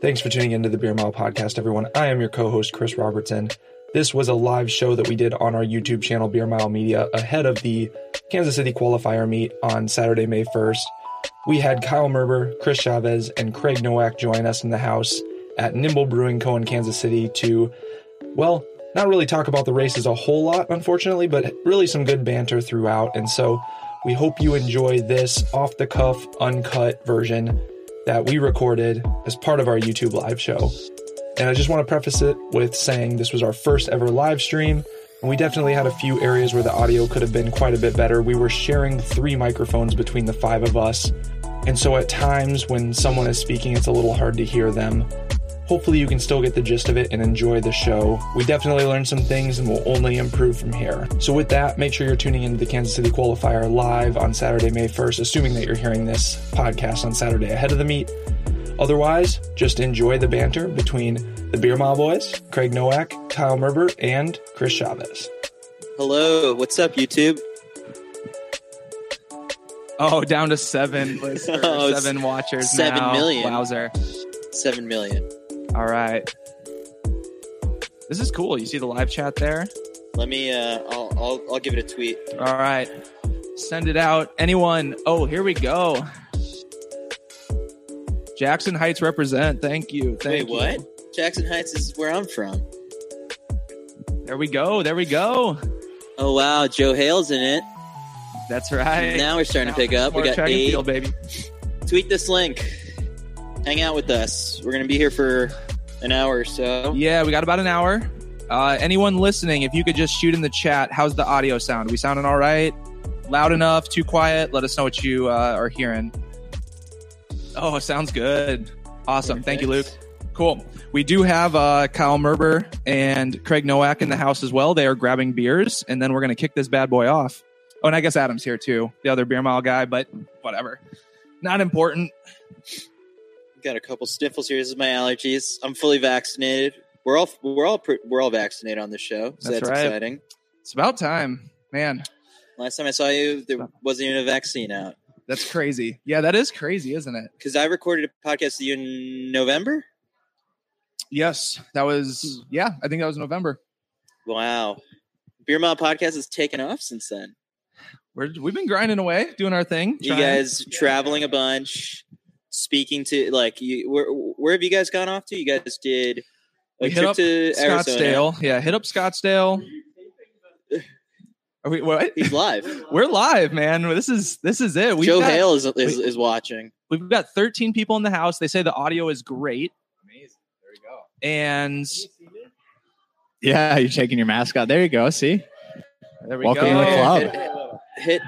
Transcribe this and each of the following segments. Thanks for tuning into the Beer Mile Podcast, everyone. I am your co host, Chris Robertson. This was a live show that we did on our YouTube channel, Beer Mile Media, ahead of the Kansas City qualifier meet on Saturday, May 1st. We had Kyle Merber, Chris Chavez, and Craig Nowak join us in the house at Nimble Brewing Co. in Kansas City to, well, not really talk about the races a whole lot, unfortunately, but really some good banter throughout. And so we hope you enjoy this off the cuff, uncut version that we recorded as part of our YouTube live show. And I just want to preface it with saying this was our first ever live stream. And we definitely had a few areas where the audio could have been quite a bit better. We were sharing three microphones between the five of us. And so at times when someone is speaking, it's a little hard to hear them. Hopefully, you can still get the gist of it and enjoy the show. We definitely learned some things and will only improve from here. So, with that, make sure you're tuning into the Kansas City Qualifier live on Saturday, May 1st, assuming that you're hearing this podcast on Saturday ahead of the meet. Otherwise, just enjoy the banter between the Beer Mile Boys, Craig Nowak, Kyle Merber, and Chris Chavez. Hello, what's up, YouTube? Oh, down to seven listeners, Oh, it's seven watchers, seven now. million. Wowzer! Seven million. All right, this is cool. You see the live chat there? Let me. Uh, I'll, I'll. I'll give it a tweet. All right, send it out. Anyone? Oh, here we go. Jackson Heights represent. Thank you. Wait, Thank you. what? Jackson Heights is where I'm from. There we go. There we go. Oh wow, Joe Hale's in it. That's right. Now we're starting to pick up. We More got track and eight. field, baby. Tweet this link. Hang out with us. We're gonna be here for an hour or so. Yeah, we got about an hour. Uh, anyone listening, if you could just shoot in the chat, how's the audio sound? We sounding all right? Loud enough? Too quiet? Let us know what you uh, are hearing. Oh, sounds good. Awesome. Thank you, Luke. Perfect. Cool. We do have uh, Kyle Merber and Craig Nowak in the house as well. They are grabbing beers, and then we're going to kick this bad boy off. Oh, and I guess Adam's here too, the other beer mile guy, but whatever. Not important. Got a couple sniffles here. This is my allergies. I'm fully vaccinated. We're all. We're all. pr- We're all vaccinated on this show. So That's that's, right. exciting. It's about time. Man, Last time I saw you, there wasn't even a vaccine out. that's crazy. Yeah, that is crazy, isn't it? Because I recorded a podcast with you in November. Yes, that was Hmm. yeah. I think that was November. Wow. Beer Mile Podcast has taken off since then. We're, we've been grinding away, doing our thing. You trying. guys traveling a bunch, speaking to like you. Where, where have you guys gone off to? You guys did a We hit trip up to Arizona. Scottsdale, yeah. Hit up Scottsdale. Are we what? He's live. We're live, man. This is this is it. We've Joe got, Hale is, is, is watching. We've got 13 people in the house. They say the audio is great. Amazing. There we go. And Yeah, you're taking your mask out. There you go. See? there we Welcome go. to the club. Hit.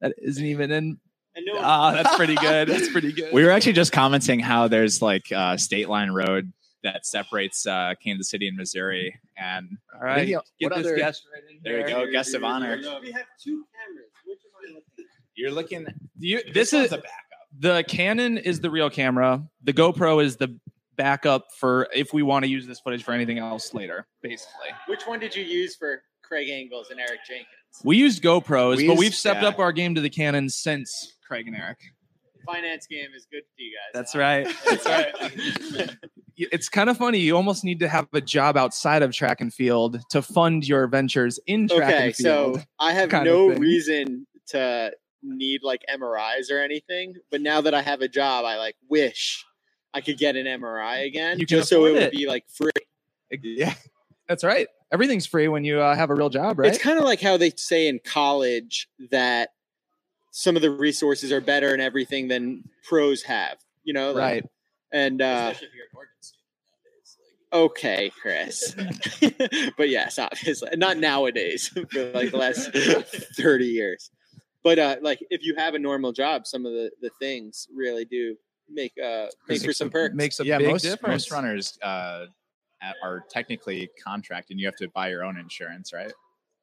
That isn't even in. I know. Ah, that's pretty good. That's pretty good. We were actually just commenting how there's like uh, state line road that separates uh, Kansas City and Missouri. And All right. What Get this other- guest right in there you here. go, guest of honor. We have two cameras. Which am I looking You're looking. You, this is a backup. the Canon is the real camera. The GoPro is the backup for if we want to use this footage for anything else later. Basically, at? Which one did you use for Craig Angles and Eric Jenkins? we used GoPros, We but used- we've stepped yeah. up our game to the Canon since Craig and Eric. Finance game is good to you guys. That's right. That's right. It's kind of funny. You almost need to have a job outside of track and field to fund your ventures in track okay, and field. so I have kind of no thing. reason to need like MRIs or anything, but now that I have a job, I like wish I could get an MRI again, You can just so it afford would it. be like free. yeah, that's right. Everything's free when you uh, have a real job, right? It's kind of like how they say in college that some of the resources are better and everything than pros have. You know, like, right. And uh, okay, Chris. but yes, obviously, not nowadays for like the last thirty years. But uh, like, if you have a normal job, some of the, the things really do make uh make for some perks. Makes a yeah, big most, difference. most runners uh, at- are technically contract and you have to buy your own insurance, right?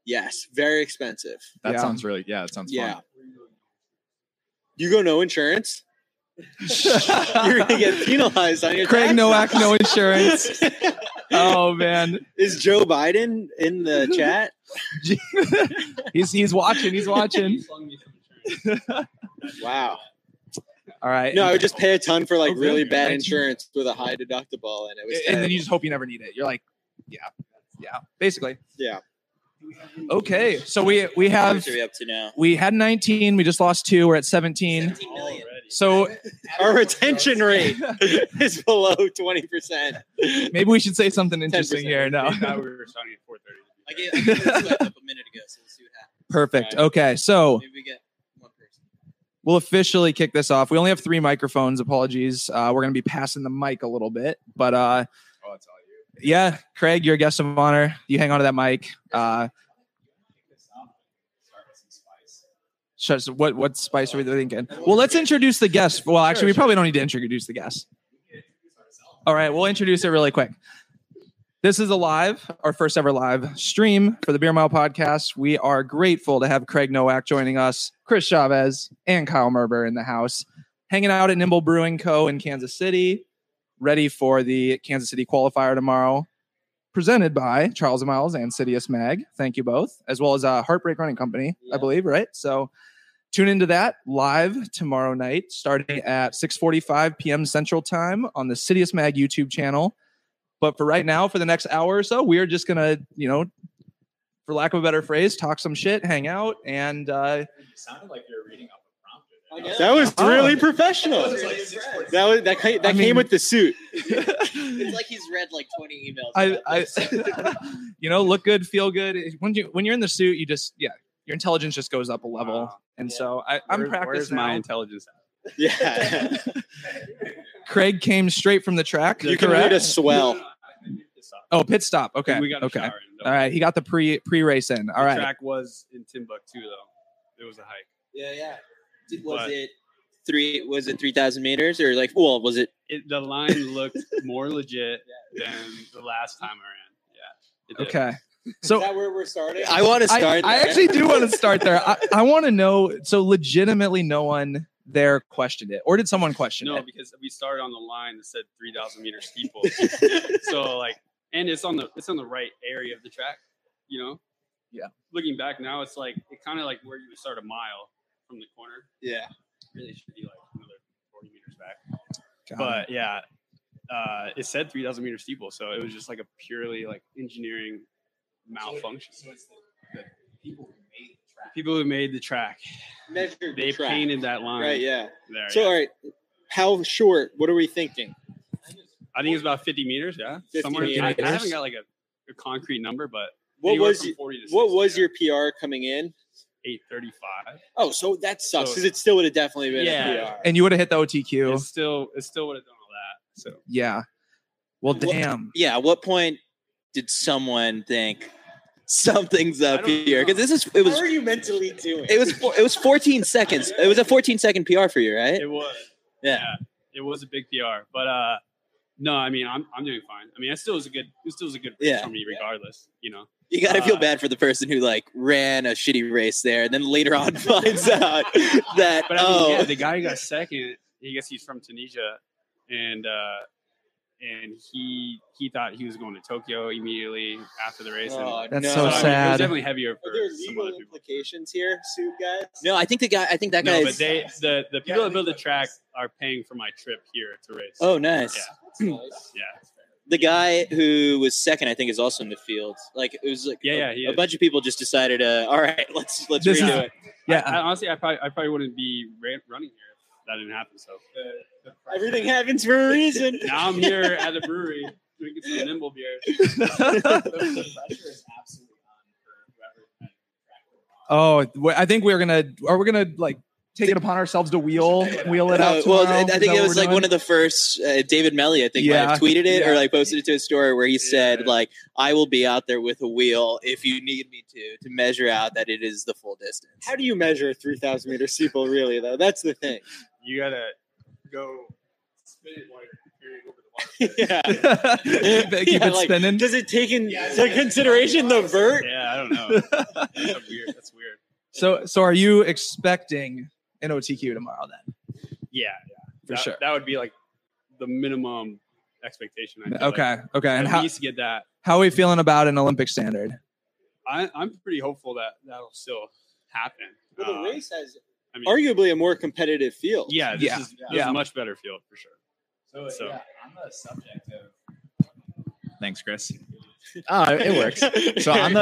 yes, very expensive. That Yeah. sounds really, yeah, that sounds Yeah. fun. You go no insurance, you're gonna get penalized on your taxes. Craig Nowak, no insurance. Oh man, Is Joe Biden in the chat? he's he's watching. He's watching. Wow. All right. No, I would just pay a ton for like Oh, really? really bad Nineteen- insurance with a high deductible, and it was. and then terrible. you just hope you never need it. You're like, yeah, yeah, basically. Yeah. Okay, so we we How have much are we up to now? we had 19. We just lost two. We're at 17. 17 million. So our retention rate is below twenty percent. maybe we should say something 10%. interesting here. No, I thought we were starting at 4:30. I gave, I gave this slide up a minute ago, so let's see what happens. perfect. Okay, so Maybe we get one person. we'll officially kick this off. We only have three microphones. Apologies. Uh, we're gonna be passing the mic a little bit, but uh, Oh, it's all you. yeah, Craig, you're a guest of honor. You hang on to that mic. Uh, shush, what what spice are we thinking? Well, let's introduce the guest. Well, actually, we probably don't need to introduce the guest. All right, we'll introduce it really quick. This is a live, our first ever live stream for the Beer Mile Podcast. We are grateful to have Craig Nowak joining us, Chris Chavez, and Kyle Merber in the house, hanging out at Nimble Brewing Co. in Kansas City, ready for the Kansas City qualifier tomorrow, presented by Charles Miles and Sidious Mag. Thank you both, as well as uh, Heartbreak Running Company, I Yeah. believe, right? So tune into that live tomorrow night, starting at 6.45 p.m. Central Time on the Sidious Mag YouTube channel. But for right now, for the next hour or so, we are just gonna, you know, for lack of a better phrase, talk some shit, hang out, and uh, It sounded like you were reading off a prompter. I there. know. That was Oh. really professional. That was really impressed. That was that, ca- that I came mean- with the suit. It's like he's read like 20 emails. I, about I this. you know, look good, feel good. When you when you're in the suit, you just yeah, your intelligence just goes up a level. Wow. And Yeah. so I, I'm Where- Where's practicing. my Now. intelligence? at? Yeah, Craig came straight from the track. you can read correct? a swell. oh, pit stop. Okay. We got a okay. shower in, though. All right. He got the pre pre race in. All The right. track was in Timbuktu though. It was a hike. yeah, yeah. Did- was What? it three? Was it 3,000 meters or like? Well, was it? It, the line looked more legit than the last time I ran. Yeah. it did. Okay. So that where we're starting? I want to I, start. I there. actually do want to start there. I, I want to know. So legitimately, no one there questioned it, or did someone question No, it? because we started on the line that said 3,000 meter steeple. so like, and it's on the it's on the right area of the track. You know. Yeah. Looking back now, it's like it kind of like where you would start a mile from the corner. Yeah. Really should be like another 40 meters back. Got it. but yeah, uh, it said 3,000 meter steeple, so it was just like a purely like engineering malfunction. people who made the track. Measured They track. painted that line Right. Yeah. there. So yeah. all right, how short? What are we thinking? I think it's about 50 meters. Yeah, 50 somewhere. I- I, meters. haven't got like a, a concrete number, but What anywhere was from y- 40 to what 60, was yeah. your PR coming in? 835? Oh, so that sucks So- because it still would have definitely been Yeah. a PR. and you would have hit the OTQ. It's still it still would have done all that. So yeah. Well, What- damn. yeah. At what point did someone think something's I up don't here? Because this is it was How are you mentally doing? it was four- it was 14 seconds. It was a 14 second PR for you, right? it was. Yeah. it was a big PR, but uh, no, I mean I'm I'm doing fine. I mean, it still was a good it still was a good race Yeah. for me regardless. You know. You got to feel Uh, bad for the person who like ran a shitty race there, and then later on finds out that But I mean, oh, yeah, the guy who got second, I guess he's from Tunisia, and uh, and he he thought he was going to Tokyo immediately after the race. and- Oh, That's no. so I mean, It was sad. definitely heavier Are for there some other legal people. implications here, suit guys? no, I think the guy, I think that guy No, but is. they the, the people that build the track are paying for my trip here to race. oh, nice. Yeah. That's nice. Yeah, The guy who was second, I think, is also in the field. Like it was like Yeah, a, yeah, he a is. bunch of people just decided, uh, all right, let's let's This redo is- it. Yeah. I, I honestly, I probably I probably wouldn't be ran, running here if that didn't happen. So Everything happens for a reason. now I'm here at the brewery drinking some nimble beer. oh, wh- I think we're gonna. Are we gonna like take it upon ourselves to wheel wheel it Uh, out? well, tomorrow? I- I Is think that it what was we're like doing? one of the first uh, David Melly, I think, might have Yeah. tweeted it or Yeah. like posted it to a story where he said Yeah. like, "I will be out there with a wheel if you need me to to measure out that it is the full distance." How do you measure a 3,000 meter steeple, really, though? That's the thing. You gotta go spin it while you're carrying over the water. yeah. Keep Yeah, it like, spinning. Does it take into consideration the vert? Yeah, I don't know. That's weird. That's weird. So, so are you expecting an OTQ tomorrow then? Yeah, For that, sure. That would be like the minimum expectation. I feel like. Okay. Okay. At And how least get that. how are we feeling about an Olympic standard? I, I'm pretty hopeful that that'll still happen. Well, Uh, the race has I mean, Arguably a more competitive field. yeah, this Yeah. is this is Yeah. a much better field for sure. So, So- yeah, on the subject of. Thanks, Chris. Oh, so So on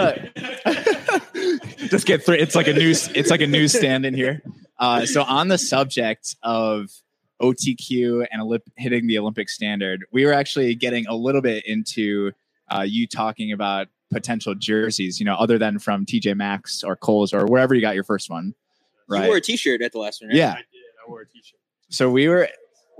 the just get three. It's like a news. It's like a newsstand in here. Uh, so on the subject of OTQ and Olymp- hitting the Olympic standard, we were actually getting a little bit into uh, you talking about potential jerseys. You know, other than from TJ Maxx or Kohl's or wherever you got your first one, You right? wore a T-shirt at the last one, right? yeah. I did. I wore a t-shirt. So we were,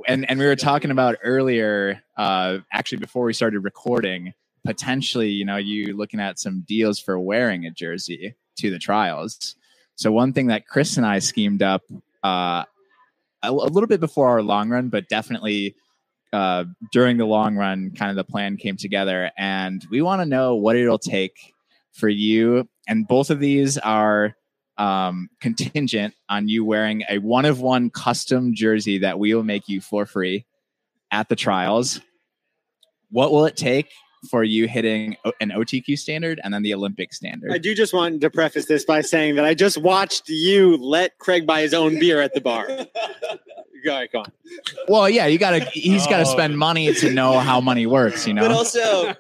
and and we were talking about earlier, uh, actually before we started recording, potentially, you know, you looking at some deals for wearing a jersey to the trials. So one thing that Chris and I schemed up uh, a, a little bit before our long run, but definitely uh, during the long run, kind of the plan came together, and we want to know what it'll take for you. And both of these are um, contingent on you wearing a one of one custom jersey that we will make you for free at the trials. What will it take for you hitting O- an OTQ standard and then the Olympic standard? I do just want to preface this by saying that I just watched you let Craig buy his own beer at the bar. Go ahead, go on. well, yeah, you gotta. He's gotta Oh. spend money to know how money works. You But know. also,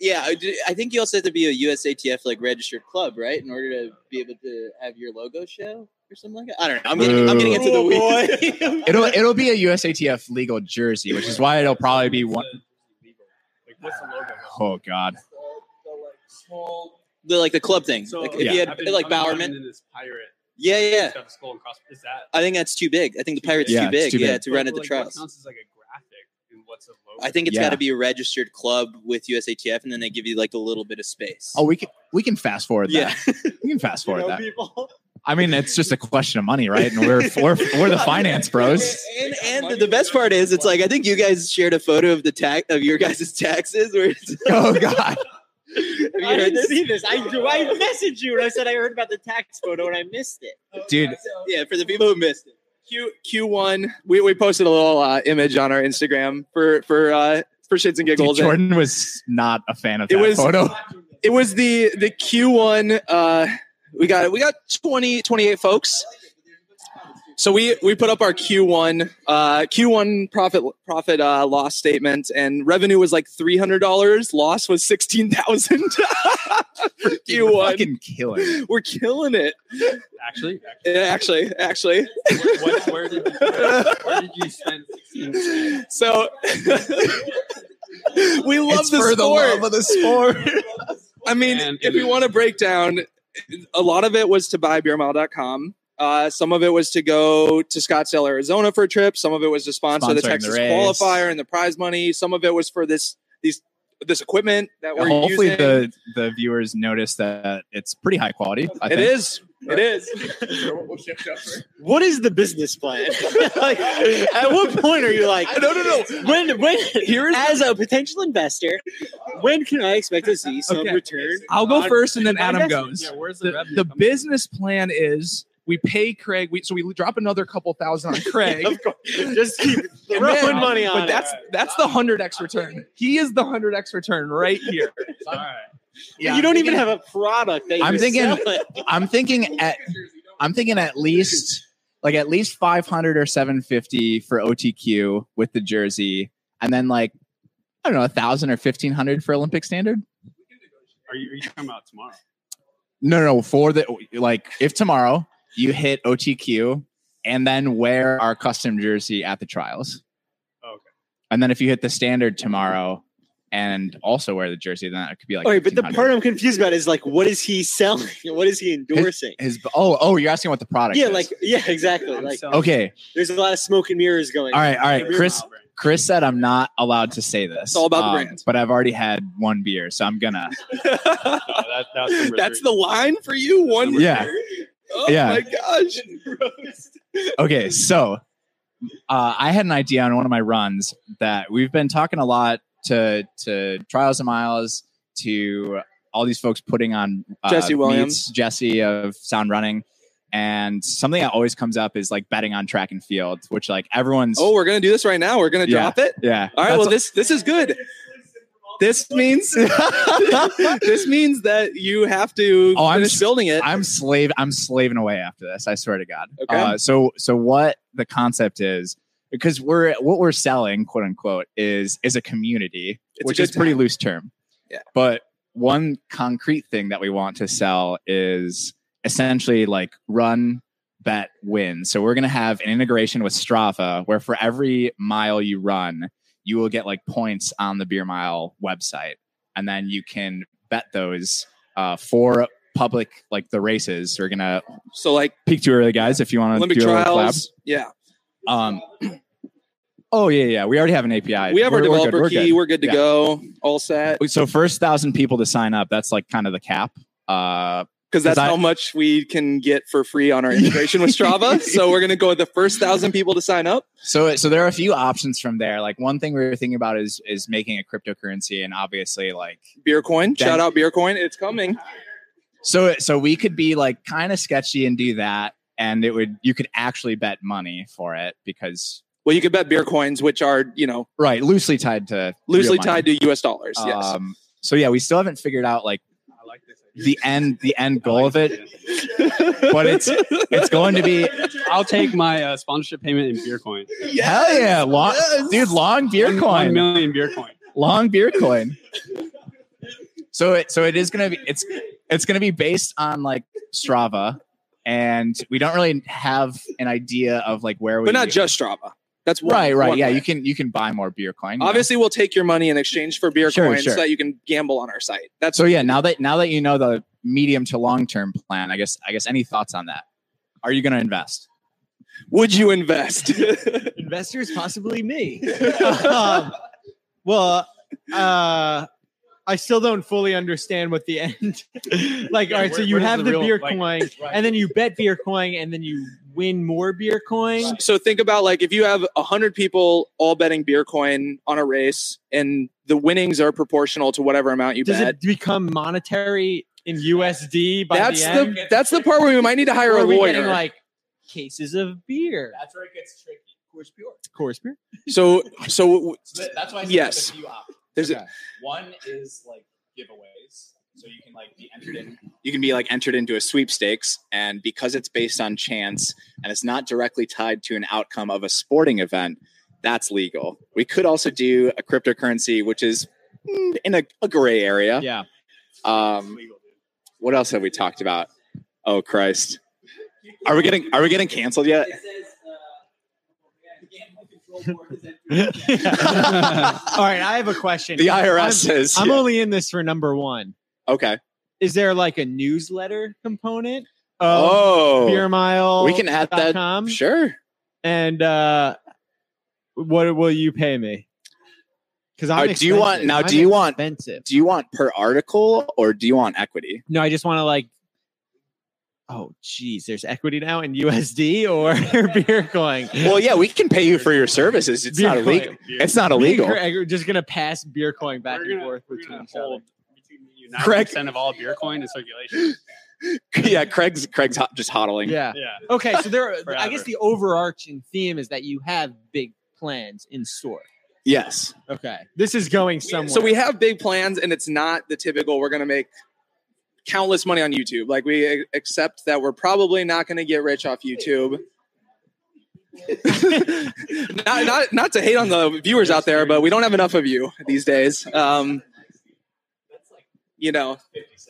yeah, I d- I think you also have to be a USATF like registered club, right, in order to be able to have your logo show or something like that. I don't know. I'm getting, I'm getting into the oh, Ooh. weeds. It'll it'll be a USATF legal jersey, which is why it'll probably be one Like, what's the logo? Oh God! the like the club thing. So like, if Yeah. you had I've been- like I've been running Bowerman, in this pirate. yeah, yeah, yeah. stuff, it's skull and cross- Is that I think that's too big. I think the pirates Yeah, too, it's big, too Yeah, big. to run But, at the like, What trials. counts as like a graphic and what's a logo? I think it's Yeah. got to be a registered club with USATF, and then they give you like a little bit of space. Oh, we can we can fast forward yeah. that. We can fast forward that. people. I mean, it's just a question of money, right? And we're we're, we're the finance bros. And, and the best part is, it's like I think you guys shared a photo of the tax of your guys' taxes. Where it's, Oh God! have you I heard didn't this? see this. I, I messaged you and I said I heard about the tax photo and I missed it. Dude. Yeah, for the people who missed it. Q Q one. We, we posted a little uh, image on our Instagram for for uh, for shits and Dude, giggles. and Jordan was not a fan of It that was- photo. it was the the Q one. Uh, we got we got 20, 28 folks. So we we put up our Q one uh, Q one profit profit uh, loss statement, and revenue was like three hundred dollars. Loss was sixteen thousand. Dude, Q we're one. fucking killing. We're killing it. actually. Yeah, Actually, actually. actually what, what, where did you, where did you spend? 16? So we love it's the for sport. the love of the sport. I mean, And- if you want to break down, a lot of it was to buy beermile.com. Uh, some of it was to go to Scottsdale, Arizona for a trip. Some of it was to sponsor the Sponsoring the Texas race. qualifier and the prize money. Some of it was for this these this equipment that we're Hopefully, using. the the viewers notice that it's pretty high quality. I it think. is. It is. What is the business plan? like, at what point are you like, No, no, no. When, when, Here is- as a potential investor, when can I expect to see some Okay. return? I'll Uh, go first, and then Adam investment. goes. Uh, Yeah, where's the, the, revenue? the coming business plan is we pay Craig. We, so we drop another couple thousand on Craig. Of course. Just keep and throwing then- money on But it. that's that's the hundred x return. He is the hundred x return right here. from? All right. you don't even have a product that I'm you're thinking- selling. I'm thinking at I'm thinking at least like at least 500 or 750 for OTQ with the jersey, and then like I don't know, a thousand or fifteen hundred for Olympic standard. Are you, are you talking about tomorrow? No, no, no, for the like if tomorrow you hit OTQ and then wear our custom jersey at the trials. Okay. And then if you hit the standard tomorrow and also wear the jersey, then that could be like. All right, but the 1500. part I'm confused about is like, what is he selling? What is he endorsing? his oh oh you're asking what the product Yeah, is. like yeah, exactly. Like okay there's a lot of smoke and mirrors going. all right all right Beer Chris mile brand. Chris said I'm not allowed to say this. uh, It's all about the brand. But I've already had one beer, so I'm gonna. No, Oh, that, that's, number that's three. the line for you. One Number Yeah. year. Oh Yeah. my gosh. Okay, so uh, I had an idea on one of my runs that we've been talking a lot to to trials and miles to all these folks putting on uh, Jesse Williams. meets, Jesse of Sound Running, and something that always comes up is like betting on track and field, which like everyone's Oh, we're gonna do this right now. We're gonna Yeah. drop it. yeah. Oh, All right. that's well, this this is good. This means this means that you have to Oh, I'm finish s- building it. I'm slave. I'm slaving away after this. I swear to God. Okay. Uh, so so what the concept is because we're what we're selling, quote unquote, is is a community, It's a which good is pretty loose term. Yeah. But one concrete thing that we want to sell is essentially like run bet win. So we're gonna have an integration with Strava where for every mile you run, you will get like points on the Beer Mile website, and then you can bet those uh, for public like the races. We're gonna so like peek too early, guys. If you want to Olympic do a little collab. trials. Yeah, Um, oh yeah, yeah. We already have an API. we have our We're- we're good, developer we're key. good. We're good to Yeah. go. All set So first thousand people to sign up. That's like kind of the cap. Uh, because that's 'Cause I- how much we can get for free on our integration with Strava. So we're gonna go with the first thousand people to sign up. so so there are a few options from there. Like one thing we were thinking about is is making a cryptocurrency, and obviously like Beercoin, Then- shout out Beercoin. It's coming. So so we could be like kind of sketchy and do that, and it would you could actually bet money for it because Well, you could bet beer coins, which are you know right loosely tied to loosely real money. tied to U.S. dollars. yes. Um, so yeah, we still haven't figured out like I like this. idea. the end the end I goal like of it. this idea. But it's it's going to be I'll take my uh, sponsorship payment in beer coin. hell yeah, long dude, long beer One- One coin, million beer coin. long beer coin. So it so it is gonna be it's it's gonna be based on like Strava, and we don't really have an idea of like where we but not just Strava. That's one, right right one yeah way. you can you can buy more beer coin yeah. Obviously, we'll take your money in exchange for beer Sure, coins sure. so that you can gamble on our site. That's so yeah now that now that you know the medium to long term plan i guess i guess any thoughts on that are you going to invest would you invest? investors, possibly me. Um, well, uh, I still don't fully understand what the end. like, Yeah, all right, so where- you where does have the the, real, beer like- coin, and then you bet beer coin, and then you win more beer coin. so think about like if you have hundred people all betting beer coin on a race, and the winnings are proportional to whatever amount you Does bet. it become monetary in USD by That's the the, end? that's the part where we might need to hire Or a are we lawyer. getting like cases of beer? That's where it gets tricky. Course beer. Course beer. so so that's why said Yes. there's few options. there's a, Okay. one is like giveaways so you can like be entered in you can be like entered into a sweepstakes and because it's based on chance and it's not directly tied to an outcome of a sporting event that's legal we could also do a cryptocurrency which is mm, in a, a gray area Yeah. Um, what else have we talked about? Oh Christ, are we getting are we getting canceled yet? All right, I have a question. The IRS is I'm only in this for number one. okay. Is there like a newsletter component? Of Oh, beer mile. we can add that. com? Sure. And uh, what will you pay me? Because I'm. Uh, do you want- expensive. now, I'm do you want- expensive? Do you want per article or do you want equity? No, I just want to like. Oh, geez, there's equity now in USD or beer coin. Well, yeah, we can pay you for your services. It's not illegal. It's not Me and illegal. Craig are just gonna pass beer coin back We're and gonna- forth we're between gonna each other. hold between me and you, 90% Correct. of all beer coin in circulation. yeah, Craig's Craig's ho- just hodling. Yeah. Yeah. Okay, so there. Are, I Forever. guess the overarching theme is that you have big plans in store. Yes. Okay, this is going somewhere. so we have big plans, and it's not the typical. We're gonna make countless money on YouTube. Like we a- accept that we're probably not gonna get rich off YouTube. not, not, not to hate on the viewers out there, but we don't have enough of you these days. Um, you know,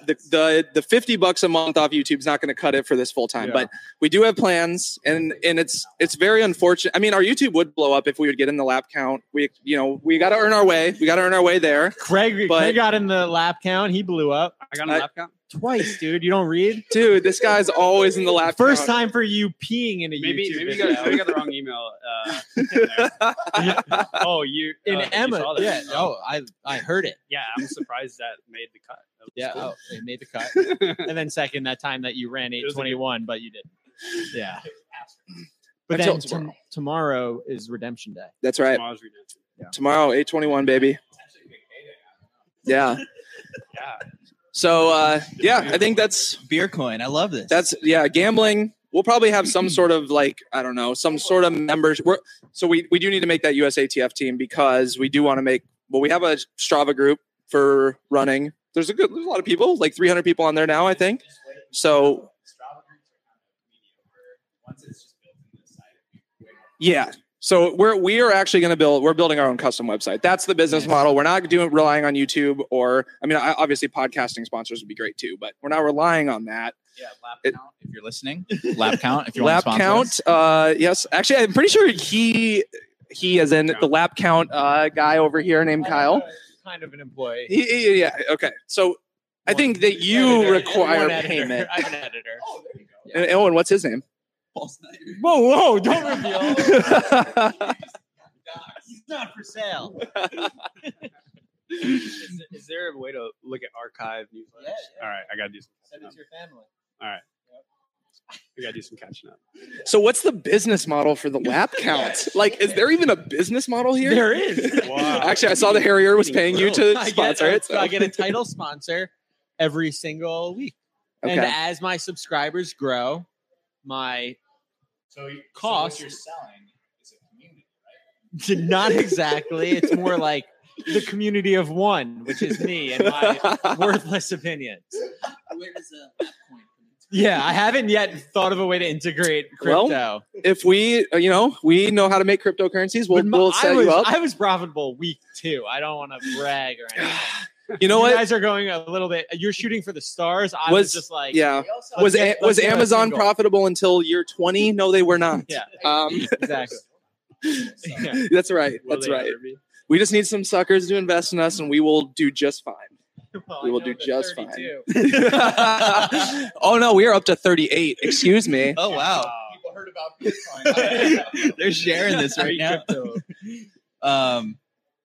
the, the the fifty bucks a month off YouTube's not going to cut it for this full time. Yeah. But we do have plans, and and it's it's very unfortunate. I mean, our YouTube would blow up if we would get in the lap count. We you know we got to earn our way. We got to earn our way there. Craig, but- Craig got in the lap count. He blew up I got a I- laptop. twice, dude. You don't read. Dude, this guy's always in the lap. First count. time for you peeing in a Maybe YouTube maybe you video. got, maybe you got the wrong email. Uh, in there. oh, you in uh, you saw Emma. that. Yeah. Oh, I I heard it. yeah. I'm surprised that made the cut. That was Yeah. cool. Oh, it made the cut. and then second, that time that you ran eight was a good- twenty one, but you didn't. Yeah. But Until then tom- tomorrow. tomorrow is redemption day. That's right. Tomorrow's redemption. Tomorrow, eight twenty one, baby. Yeah. Yeah. So uh, yeah, I think that's Beer coin. I love this. that's yeah gambling we'll probably have some sort of like i don't know some sort of members we're, so we, we do need to make that usatf team because we do want to make well we have a strava group for running. There's a good, there's a lot of people, like 300 people on there now, I think. So yeah, so we're we are actually going to build. We're building our own custom website. That's the business model. We're not doing relying on YouTube or I mean, I, obviously podcasting sponsors would be great too, but we're not relying on that. Yeah, lap It- count if you're listening. Lap count if you lap want to sponsor count. us. Uh, yes, actually, I'm pretty sure he he as in the lap count uh, guy over here named Kyle. Kind of an employee. He- he- yeah. Okay. So I One- think that you Editor. require One editor. payment. I'm an editor. And Owen, what's his name? Whoa, whoa! Don't reveal. yeah, He's not for sale. Is, is there a way to look at archive newsletters? All right, I gotta do. Some, Send it to your family. I gotta do some catching up. So what's the business model for the lap count? Like, is there even a business model here? There is. Wow. Actually, I saw the Harrier was paying you to I get, sponsor it. so- I get a title sponsor every single week, and Okay. as my subscribers grow, my So you- so Cost. selling is a community. not exactly. It's more like the community of one, which is me and my worthless opinions. Where does uh, that point come into? Yeah, I haven't yet thought of a way to integrate Well, crypto. if we, uh, you know, we know how to make cryptocurrencies, we'll, But my- we'll set I was, you up. I was profitable week two. I don't want to brag or anything. you know you what? guys are going a little bit. You're shooting for the stars. I Was- was, just like, Yeah. They also Was get- A- was let's get a Amazon single. profitable until year 20? No, they were not. Yeah. Um, exactly. Yeah. that's right. Will That's they right. ever be? We just need some suckers to invest in us, and we will do just fine. Well, We I will know do the just fine. 32. oh no, we are up to 38. Excuse me. Oh wow! People heard about Bitcoin. They're sharing this right now. Um,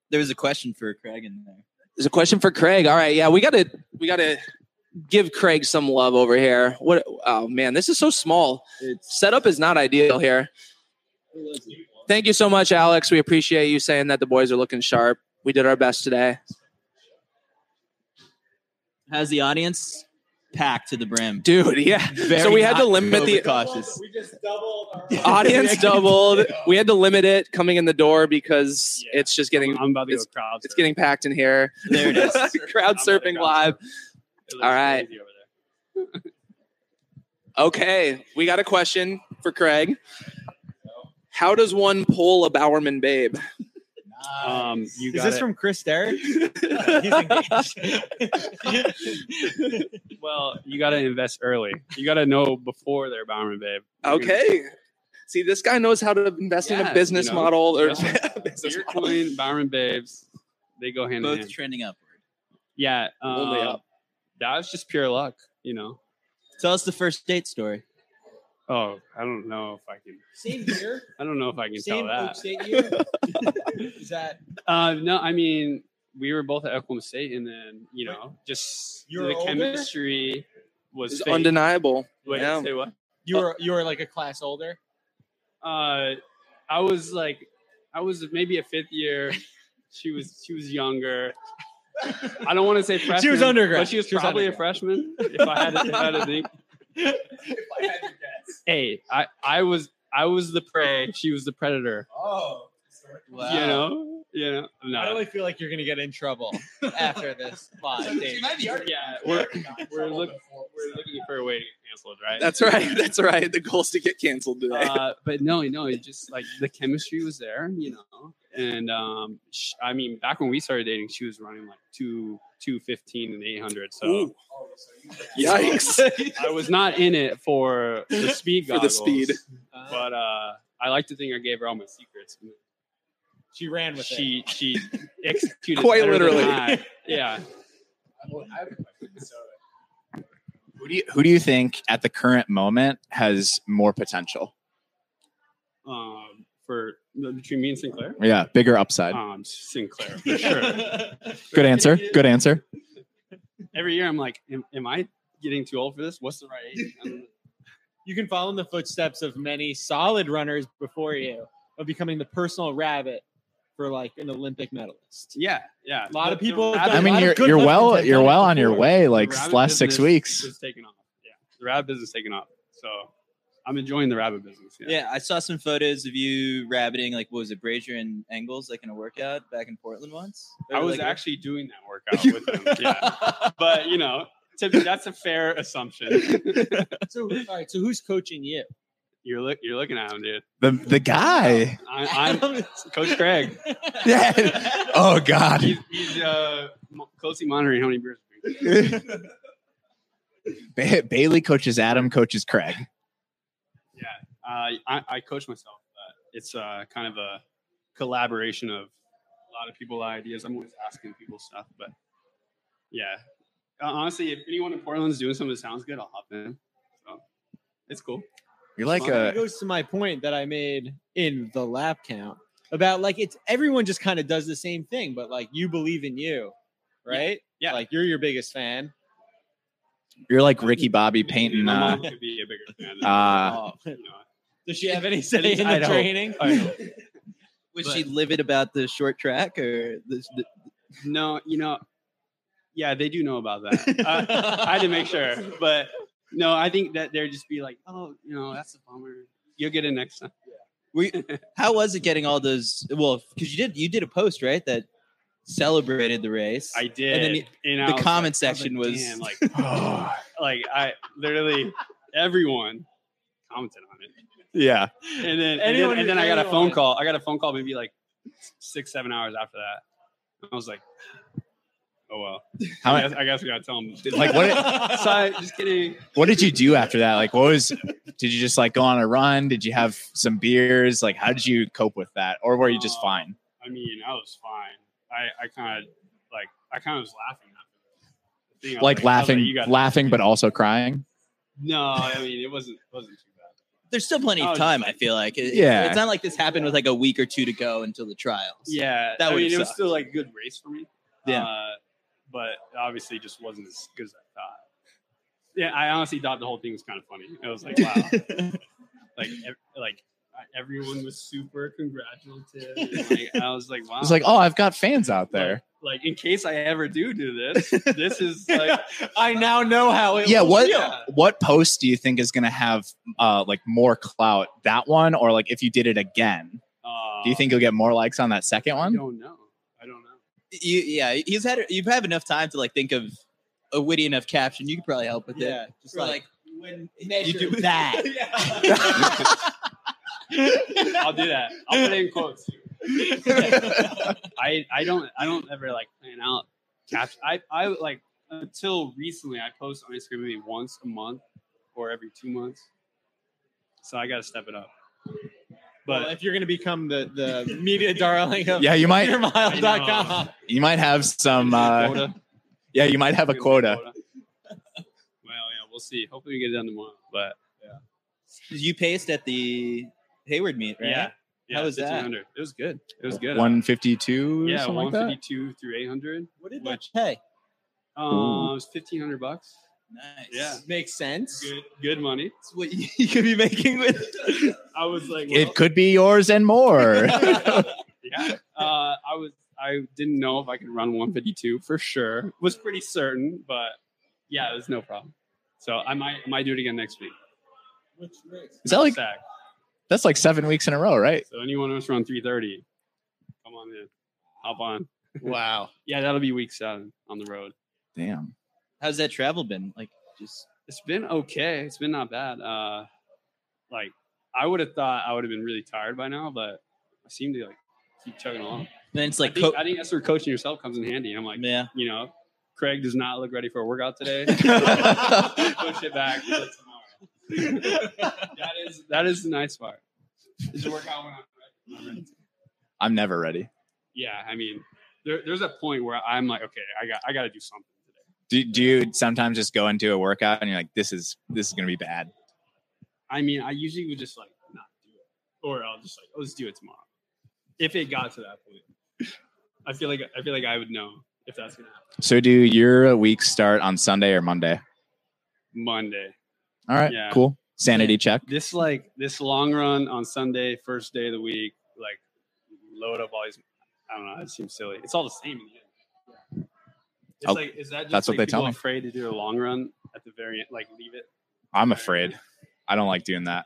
there was a question for Craig in there. There's a question for Craig. All right, yeah, we gotta we gotta give Craig some love over here. What? Oh man, this is so small. Setup is not ideal here. Thank you so much, Alex. We appreciate you saying that the boys are looking sharp. We did our best today. How's the audience? Packed to the brim. Dude, yeah. Very so we had to not limit the COVID cautious. audience doubled. We had to limit it coming in the door because Yeah. it's just getting I'm about to it's- go crowd. it's surf. getting packed in here. There it is. Crowd I'm about to surfing crowd live. surf. It looks All right. crazy over there. Okay, we got a question for Craig. How does one pull a Bowerman babe? Um, you Is got this it. from Chris Derrick? He's engaged. well, you got to invest early. You got to know before they're bombing, babe. You're gonna- Okay. See, this guy knows how to invest in a Yeah, business you know, model or investment- business Beer model. coin, Byron Babes, they go hand in Both hand. trending upward. Yeah, Only um, up. that was just pure luck, you know. Tell us the first date story. Oh, I don't know if I can. Same year, I don't know if I can tell same Oak that. State year. Is that Uh, no, I mean we were both at Oklahoma State, and then you know, just You were the older? chemistry was It's fake. undeniable. Wait, Yeah. say what? you were you were like a class older? Uh, I was like, I was maybe a fifth year. She was she was younger. I don't want to say freshman. undergrad. but she was She was probably a freshman. If I had to, if I had to think. hey, I I was I was the prey. She was the predator. You know, you know. I No, really feel like you're gonna get in trouble after this live date. yeah, we're we're looking we're looking for a way to get canceled, right? That's right. That's right. The goal is to get canceled today. uh, but no, no, it just like the chemistry was there, you know. And um, sh- I mean, back when we started dating, she was running like two, two fifteen and eight hundred. So Ooh. Yikes. I was not in it for the speed For the goggles, speed. But uh, I like to think I gave her all my secrets. and She ran with it. She she executed Quite better than literally. I. Yeah, Who do you who do you think at the current moment has more potential? um, for between me and Sinclair. Yeah, bigger upside. Uh, Um, Sinclair for sure. Good answer. Good answer. Every year I'm like, am, am I getting too old for this? What's the right age? I'm- You can follow in the footsteps of many solid runners before you of becoming the personal rabbit for like an Olympic medalist. Yeah, yeah. A lot of The- the people rabbit- have done I mean, lot of you're good you're looking well guys you're done it well on your before. way. the Like rabbit last six business weeks. is taking off. Yeah, the rabbit business is taking off. So I'm enjoying the rabbit business. Yeah. Yeah, I saw some photos of you rabbiting, like, what was it, Brazier and Engels, like in a workout back in Portland once? They I were, was like, actually doing that workout with them. Yeah. But, you know, to me, that's a fair assumption. So, all right. So who's coaching you? You're, look, you're looking at him, dude. The the guy. I, I'm Coach Craig. Yeah. Oh God. He's, he's uh, mo- closely monitoring how many beers. we drink. Ba- Bailey coaches Adam, coaches Craig. Yeah. Uh, I, I coach myself. But it's uh, kind of a collaboration of a lot of people ideas. I'm always asking people stuff, but yeah. Uh, honestly, if anyone in Portland's doing something that sounds good, I'll hop in. So it's cool. You're like It a goes to my point that I made in the lap count about like it's everyone just kind of does the same thing, but like you believe in you, right? Yeah. Like you're your biggest fan. you're like Ricky Bobby painting. My Uh, mom could be a bigger fan. uh, you know, Does she have any say in I the don't. training? was she livid about the short track or the, the, No, you know, yeah, they do know about that. Uh, I had to make sure, but no, I think that they'd just be like, oh, you know, that's a bummer. You'll get it next time. Were you, how was it getting all those? Well, because you did you did a post right that celebrated the race. I did. And then you- and I the was comment like- I section like, was "Damn," like, like I literally everyone commented on it, yeah. and then and Anyone then, who- and then I got a phone anyone. call. I got a phone call maybe like six seven hours after that. And I was like, oh well. How I guess, I guess we gotta tell them. like what? Sorry, just kidding. What did you do after that? Like, what was? Did you just like go on a run? Did you have some beers? Like, how did you cope with that, or were you just Uh, fine? I mean, I was fine. I, I kind of like I kind of was laughing. After the thing. I was Like I was laughing, you got- laughing, but also crying. no, I mean it wasn't wasn't too bad. There's still plenty Oh, of time. I feel like. It- Yeah. It's not like this happened with like a week or two to go until the trials. Yeah, That I would've mean it was sucked. still like a good race for me. Yeah. uh, but obviously just wasn't as good as I thought. Yeah, I honestly thought the whole thing was kind of funny. I was like, wow, like ev- like everyone was super congratulative. and, like, I was like, wow. It's like, oh, I've got fans out there. Like, in case I ever do do this, this is like I now know how it Yeah. was. What? yeah. What post do you think is gonna have uh like more clout? That one, or like if you did it again, uh, do you think you'll get more likes on that second I one? don't know. I don't know. You, yeah. He's had. You have enough time to like think of a witty enough caption. You could probably help with Yeah. it. Just Or, like, like, when measure that. I'll do that. I'll put it in quotes. I I don't I don't ever like plan out caps. I I like until recently I post on Instagram maybe once a month or every two months. So I got to step it up. well, But if you're gonna become the the media darling of Yeah, you might. um, beermile.com. You might have some. Uh, Quota? yeah, you might have a quota. Well, yeah, we'll see. Hopefully we get it done tomorrow. But you paced at the Hayward meet, right? yeah, yeah, How was that? 1500. It was good. It was good. uh, 152 yeah, something like one that fifty two through eight hundred. What did Which- that pay? Um, uh, it was fifteen hundred bucks. Nice. Yeah, Makes sense. good, good money. That's what you you could be making with. I was like, well, it could be yours and more yeah. Uh, I was, I didn't know if I could run 152 for sure. Was pretty certain, but yeah, it was no problem. So I might, I might do it again next week. is that like Sack. that's like seven weeks in a row right So anyone wants to run 330, come on in, hop on. Wow. Yeah, that'll be week seven on the road. damn How's that travel been? Like, just It's been okay. It's been not bad. Uh, like I would have thought I would have been really tired by now, but I seem to like keep chugging along. then it's Like like, I think, co- I think that's where coaching yourself comes in handy. I'm like, yeah. you know, Craig does not look ready for a workout today. Push it back till tomorrow. that is that is the nice part. Is the workout when I'm ready. I'm ready. i'm never ready Yeah, I mean, there, there's a point where I'm like, okay, I got I got to do something today. do, do you sometimes just go into a workout and you're like this is this is gonna be bad I mean, I usually would just like not do it, or I'll just like oh, let's do it tomorrow. If it got to that point, I feel like I feel like I would know if that's gonna happen so do your weeks start on sunday or monday Monday. all right Yeah. cool sanity check this like this long run on Sunday, first day of the week, like load up all these. I don't know. It seems silly. It's all the same. In the end. It's Oh, like is that just that's what like they tell people me. Afraid to do a long run at the very end, like leave it. i'm afraid I don't like doing that.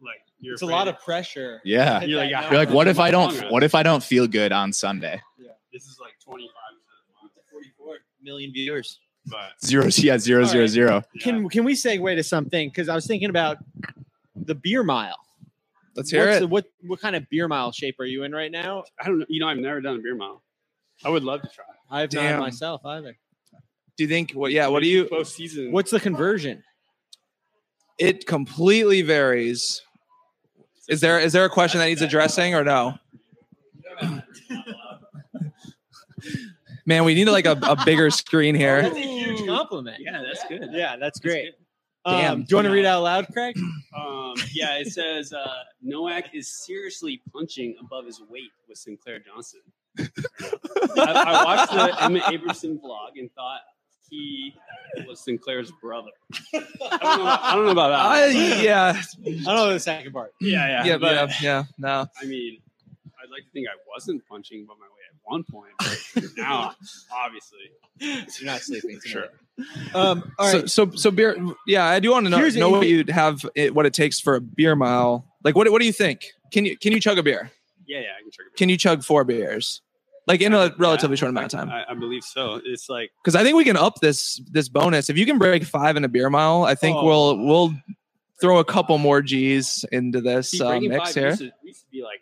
Like you're It's a afraid lot of pressure. Yeah. Hit You're that like, note. You're like, what if I don't? What if I don't feel good on Sunday? this is like 25 percent of the month, Million viewers. but Zero. Yeah. Zero. All Zero. right. Zero. yeah. Can can we segue to something? Because I was thinking about the beer mile. Let's hear What's it. the- what what kind of beer mile shape are you in right now? I don't know. You know, I've never done a beer mile. I would love to try. it. I've Damn. not myself either. Do you think? Well, yeah. What do you? Both season. What's the conversion? It completely varies. Is there is there a question that needs addressing or no? Man, we need like a, a bigger screen here. That's a huge compliment. Yeah, that's good. Yeah, that's great. Damn. Um, do you want to read out loud, Craig? Um, yeah, it says uh, Noack is seriously punching above his weight with Sinclair Johnson. I, I watched the Emma Aberson vlog and thought he was Sinclair's brother. I don't know, I don't know about Uh, that. one. yeah, I don't know the second part. yeah, yeah, yeah, but uh, yeah, yeah. No, I mean, I'd like to think I wasn't punching above my weight at one point, but now, obviously, You're not sleeping. sure. Um, all right. So, so, so beer. Yeah, I do want to know, Here's- know what you'd have, it, what it takes for a beer mile. Like, what, what do you think? Can you can you chug a beer? Yeah, yeah, I can trigger. Can you chug four beers? Like in Uh, a relatively short amount of time? I, I believe so. It's like Because I think we can up this this bonus. If you can break five in a beer mile, I Oh. think we'll we'll throw a couple more G's into this see, uh, Breaking mix Five here. Used to, used to be like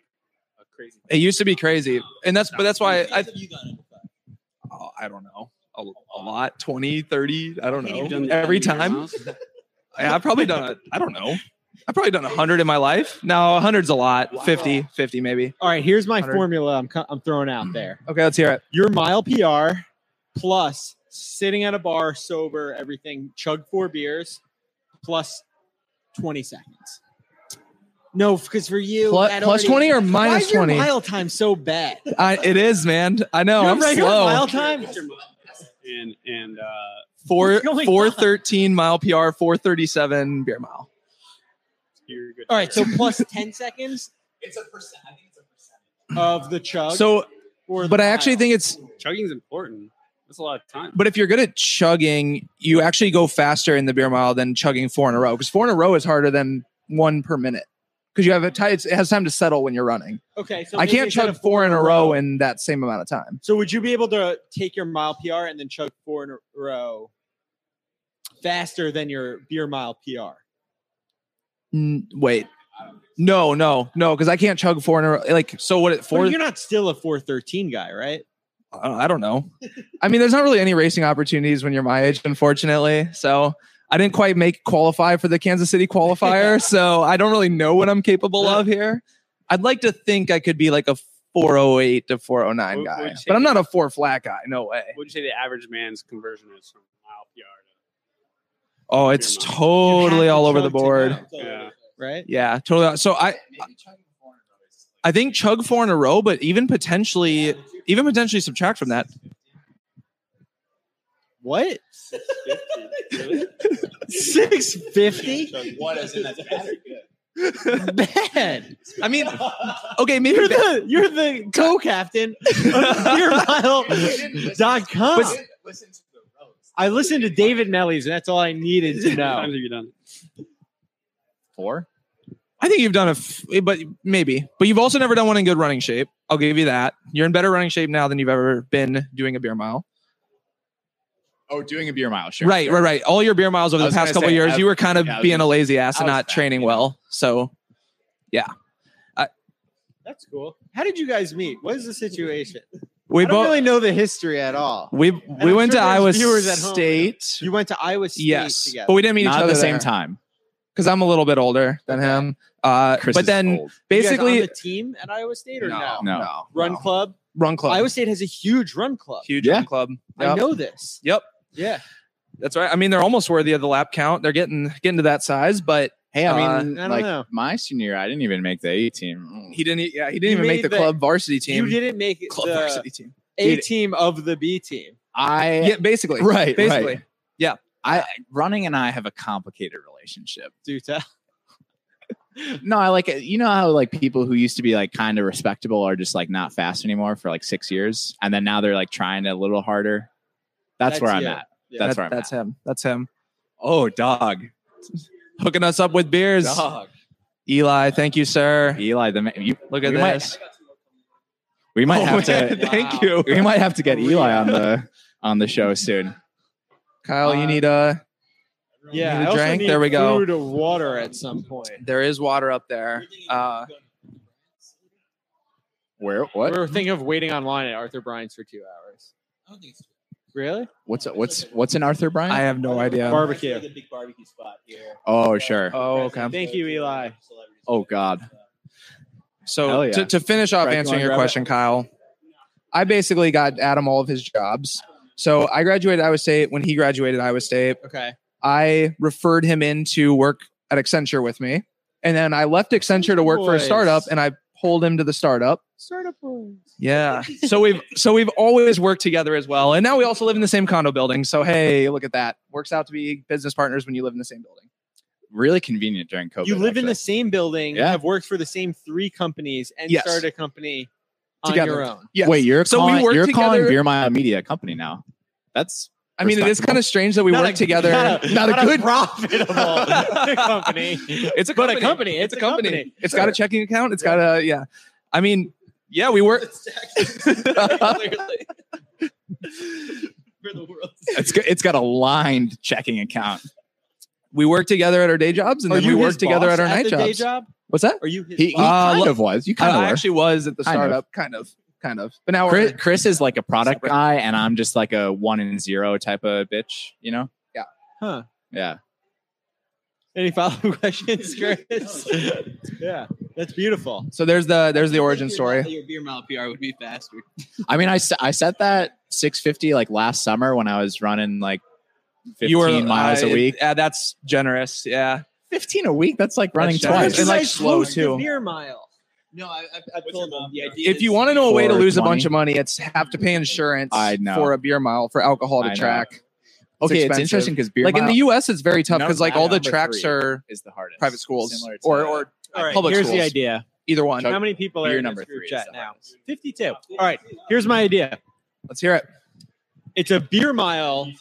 a crazy. It used to be crazy, and that's but that's why I Have you gone under five? oh, I don't know a, a lot 20, 30, I don't You've know done the every Emmy time. Mouse? I- I've probably done, a, I don't know. I've probably done 100 in my life. No, 100's a lot. Wow. Fifty, fifty 50, 50 maybe. All right. Here's my 100. formula. I'm co- I'm throwing out there. Okay, let's hear it. Your mile PR plus sitting at a bar sober, everything. Chug four beers plus twenty seconds. No, because for you, Plus- that plus already- 20 or Why minus is your 20? mile time so bad? I, it is, man. I know. Your I'm regular slow. mile time. What's your mo- And and uh, Four, What's going 413 mile PR, 437 beer mile. you're good. All right, so plus ten seconds. It's a percent. I think it's a percent of the chug. So, or the but I actually mile. think it's, chugging is important. That's a lot of time. but if you're good at chugging, you actually go faster in the beer mile than chugging four in a row because four in a row is harder than one per minute because you have a time, it has time to settle when you're running. okay. So I maybe can't instead chug of four in a row in that same amount of time. So would you be able to take your mile PR and then chug four in a row faster than your beer mile PR? N- wait. No, no, no, because I can't chug four in a row. Like, so what? At Four, four? you're not still a four thirteen guy, right? I don't- I don't know. I mean, there's not really any racing opportunities when you're my age, unfortunately. So I didn't quite make qualify for the Kansas City qualifier. so I don't really know what I'm capable of here. I'd like to think I could be like a 408 to 409 Would- guy, would you but I'm say- not a four flat guy. No way. What would you say the average man's conversion is from mile PR Oh, it's You have totally all over the chug to board. go, to? Yeah. right? Yeah, totally. So I, I think chug four in a row, but even potentially, even potentially subtract from that What? 650, really? Six fifty? What is in that? Bad. I mean, okay, maybe. You're that- the you're the co-captain of beermile.com. I listened to David Mellies, and that's all I needed How to many times know. have you done? Four. I think you've done a, f- eh, but maybe. But you've also never done one in good running shape. I'll give you that. You're in better running shape now than you've ever been doing a beer mile. Oh, doing a beer mile. Sure. Oh, right, Sure. right, right. All your beer miles over I the was past gonna couple say, years, I- you were kind of yeah, I was being gonna- a lazy ass I and was not fat, training yeah. well. So That's cool. How did you guys meet? What is the situation? we I don't both really know the history at all. we I'm we went sure to there's Iowa viewers at home. State. You went to Iowa State Yes, together. but we didn't meet Not each at other the same time time. because I'm a little bit older than him. Uh, Chris but is then old. You guys on basically, the team at Iowa State or no? Oh, No. Run no. club. run club, Iowa State has a huge run club. huge Yeah. run club. I Yep. know this. Yep. Yeah. That's right. I mean, they're almost worthy of the lap count. They're getting getting to that size, but Hey, I mean, Uh, I don't like know. my senior, year, I didn't even make the A team. he didn't. Yeah, he didn't You even make made the, the- club varsity team. You didn't make it club the varsity team. A Dude. team of the B team. I Yeah, basically. right, Basically. right. I running and I have a complicated relationship. Do tell. No, I like it. You know how like people who used to be like kind of respectable are just like not fast anymore for like six years, and then now they're like trying a little harder. That's, That's where I'm you. at. Yeah. That's That- where I'm that's at. him. That's him. Oh, dog. hooking us up with beers. Dog. Eli, thank you, sir. Eli, the man, you, Look at we might- this. we might have man, to thank Wow. you, we might have to get Eli on the on the show soon. Kyle. Uh, you need uh, a. Yeah, Need a I also drink? need There we go. Food or water at some point. There is water up there. Uh, Where what We were thinking of waiting online at Arthur Bryan's for two hours. I don't think it's Really? what's what's what's in Arthur Bryan? I have no idea. Barbecue. Like a big barbecue spot here. oh sure. Oh, okay. Thank you, Eli. Oh, God. So Hell yeah. to, to finish off Brett, you answering wanna your grab question, Kyle, I basically got Adam all of his jobs. So I graduated Iowa State. When he graduated Iowa State, Okay. I referred him in to work at Accenture with me. And then I left Accenture to work for a Nice. startup and I pulled him to the startup. Startup boys. Yeah. so we've so we've always worked together as well. And now we also live in the same condo building. So hey, look at that. Works out to be business partners when you live in the same building. Really convenient during COVID. You live in actually. the same building, Yeah. have worked for the same three companies, and Yes. started a company Together. on your own. Yeah. Wait, you're So we calling, work you're calling together- Beer Mile Media a company now. That's I mean, it is respectable. kind of strange that we Not work a- together. not a- not a profitable company. It's a But company. a company. It's, a company. It's got a checking account. It's got a yeah. I mean, yeah, we work. It's got, it's got a lined checking account. we work together at our day jobs, and then we work together at our night the day jobs. job? What's that? Are you his He, he boss? Uh, kind look- of was. You kind I, I of actually was at the Kind of. startup, kind of, kind of. But now were. we're Chris, Chris is like a product Separate. guy, and I'm just like a one and zero type of bitch. You know? Yeah. Huh. Yeah. Any follow-up questions, Chris? yeah, that's beautiful. so there's the there's the origin story. Your beer mile PR would be faster. I mean, I, se- I set that 650 like last summer when I was running like 15 miles uh, a week. Yeah, that's generous. Yeah, 15 a week? That's like running That's generous. twice. And, like, slow, too. Beer mile. No, I, I, I told them the idea. if you want to know a way to For lose a 20? bunch of money, it's have to pay insurance I know. for a beer mile for alcohol I to know. track. okay, it's expensive. interesting because beer Like in the U.S., it's very tough No, because like mile all the number tracks three. are is the hardest. private schools Similar to- or or All right, Public here's the schools. idea. either one. How many people are Beer in number this group three is chat the now? hardest. 52. All right, here's my idea. Let's hear it. It's a beer mile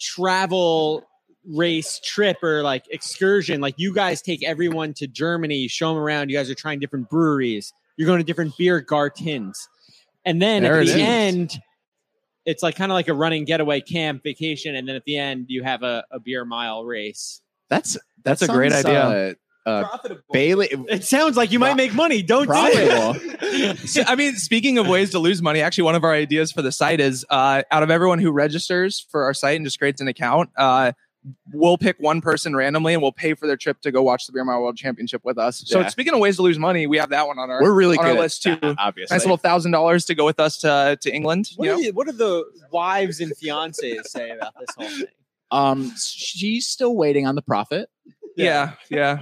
travel race trip or like excursion. Like you guys take everyone to Germany, you show them around. You guys are trying different breweries. You're going to different beer gartens, and then There at it the is. end, it's like kind of like a running getaway camp vacation. And then at the end, you have a, a beer mile race. That's That's that a great sounds, idea. Uh, uh, Bailey It sounds like you might make money. Don't do it. profitable. So, I mean, speaking of ways to lose money, actually, one of our ideas for the site is uh, out of everyone who registers for our site and just creates an account, uh, we'll pick one person randomly and we'll pay for their trip to go watch the Beer Mile World Championship with us. So, Yeah. speaking of ways to lose money, we have that one on our We're really on good our at list too. that, obviously. Nice little thousand dollars to go with us to to England. What, you are know? the, what do the wives and fiancés say about this whole thing? um, she's still waiting on the profit, yeah, yeah.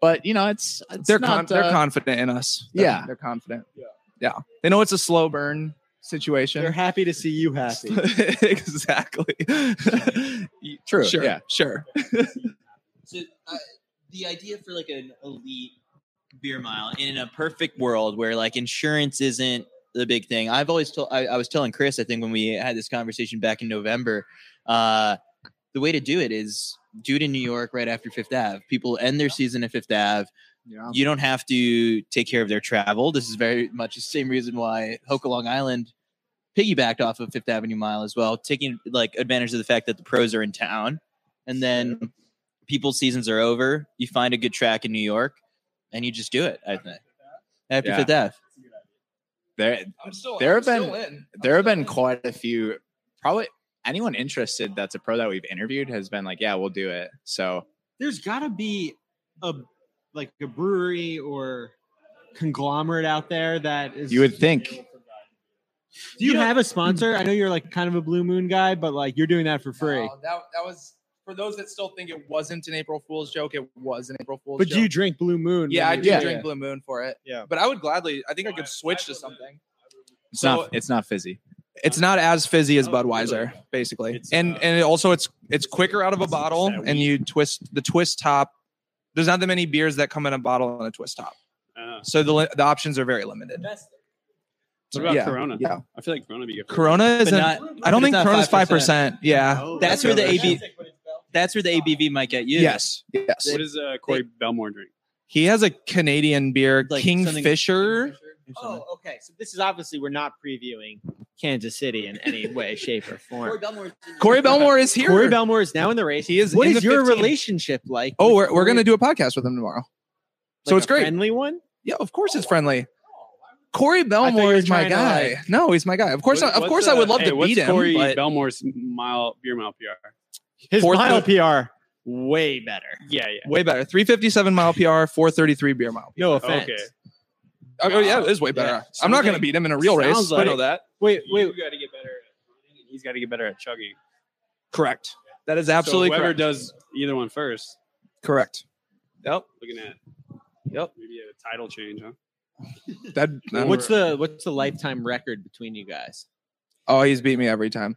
but you know it's, it's They're not, con- they're uh, confident in us. yeah. they're confident. Yeah, yeah. They know it's a slow burn They're situation. happy to see you happy. exactly. true. Sure. Yeah, Sure. So, uh, the idea for like an elite beer mile in a perfect world where like insurance isn't the big thing. I've always told I, I was telling Chris I think when we had this conversation back in November, uh, the way to do it is do it in New York right after Fifth Ave. People end their season at Fifth Ave. Yeah. You don't have to take care of their travel. This is very much the same reason why Hoka Long Island piggybacked off of Fifth Avenue Mile as well, taking like advantage of the fact that the pros are in town. And then people's seasons are over. You find a good track in New York and you just do it, I think. After Yeah. Fifth Ave. there I'm still There have I'm been- still there have been quite a few. Probably anyone interested that's a pro that we've interviewed has been like, yeah, we'll do it. So There's got to be a like a brewery or conglomerate out there that is. you would think do you have a sponsor? I know you're like kind of a blue moon guy, but like you're doing that for free. No, Uh, that, that was for those that still think it wasn't an April Fool's joke. It was an April Fool's But joke. do you drink Blue Moon? yeah, I when do you drink Blue Moon for it. Yeah. but I would gladly. I think I could switch to something. it's So- not it's not fizzy. It's not as fizzy as Budweiser, basically, It's, and uh, and it also it's it's quicker out of a bottle, that and you twist the twist top. There's not that many beers that come in a bottle and a twist top, Uh, so the li- the options are very limited. what about yeah, Corona? yeah. I feel like Corona would be good. for- Corona is But an, not- I but it's don't think not Oh, Corona's five 5%. percent. Yeah, That's where the AB that's where the ABV might get you. Yes. Yes. What is uh, Corey Belmore drink? He has a Canadian beer, Like something- Kingfisher. Oh, okay. So this is obviously we're not previewing Kansas City in any way, shape, or Corey form. Belmore's Corey Belmore is here. Corey Belmore is now in the race. He is What in is the your 15. relationship like? Oh, with we're, we're Corey? going to do a podcast with him tomorrow. so Like it's a great. Friendly one. Yeah, of course it's friendly. Corey thought you Belmore were is my trying to, guy. no, he's my guy. Of course, What- I, of what's, course, I would uh, love hey, to what's beat him. Corey but Belmore's mile beer mile PR. His Fourth- mile PR way better. Yeah, yeah. way better. 357 mile PR, 433 beer mile. No offense. Okay. Oh, yeah, it is way better. I'm not going to beat him in a real race. Sounds I like- know that. Wait, wait. you got to get better. At running, and he's got to get better at chugging. Correct. That is absolutely so whoever correct. does either one first, correct. Yep. looking at Yep. maybe a title change, huh? That, that- What's the what's the lifetime record between you guys? oh, he's beat me every time.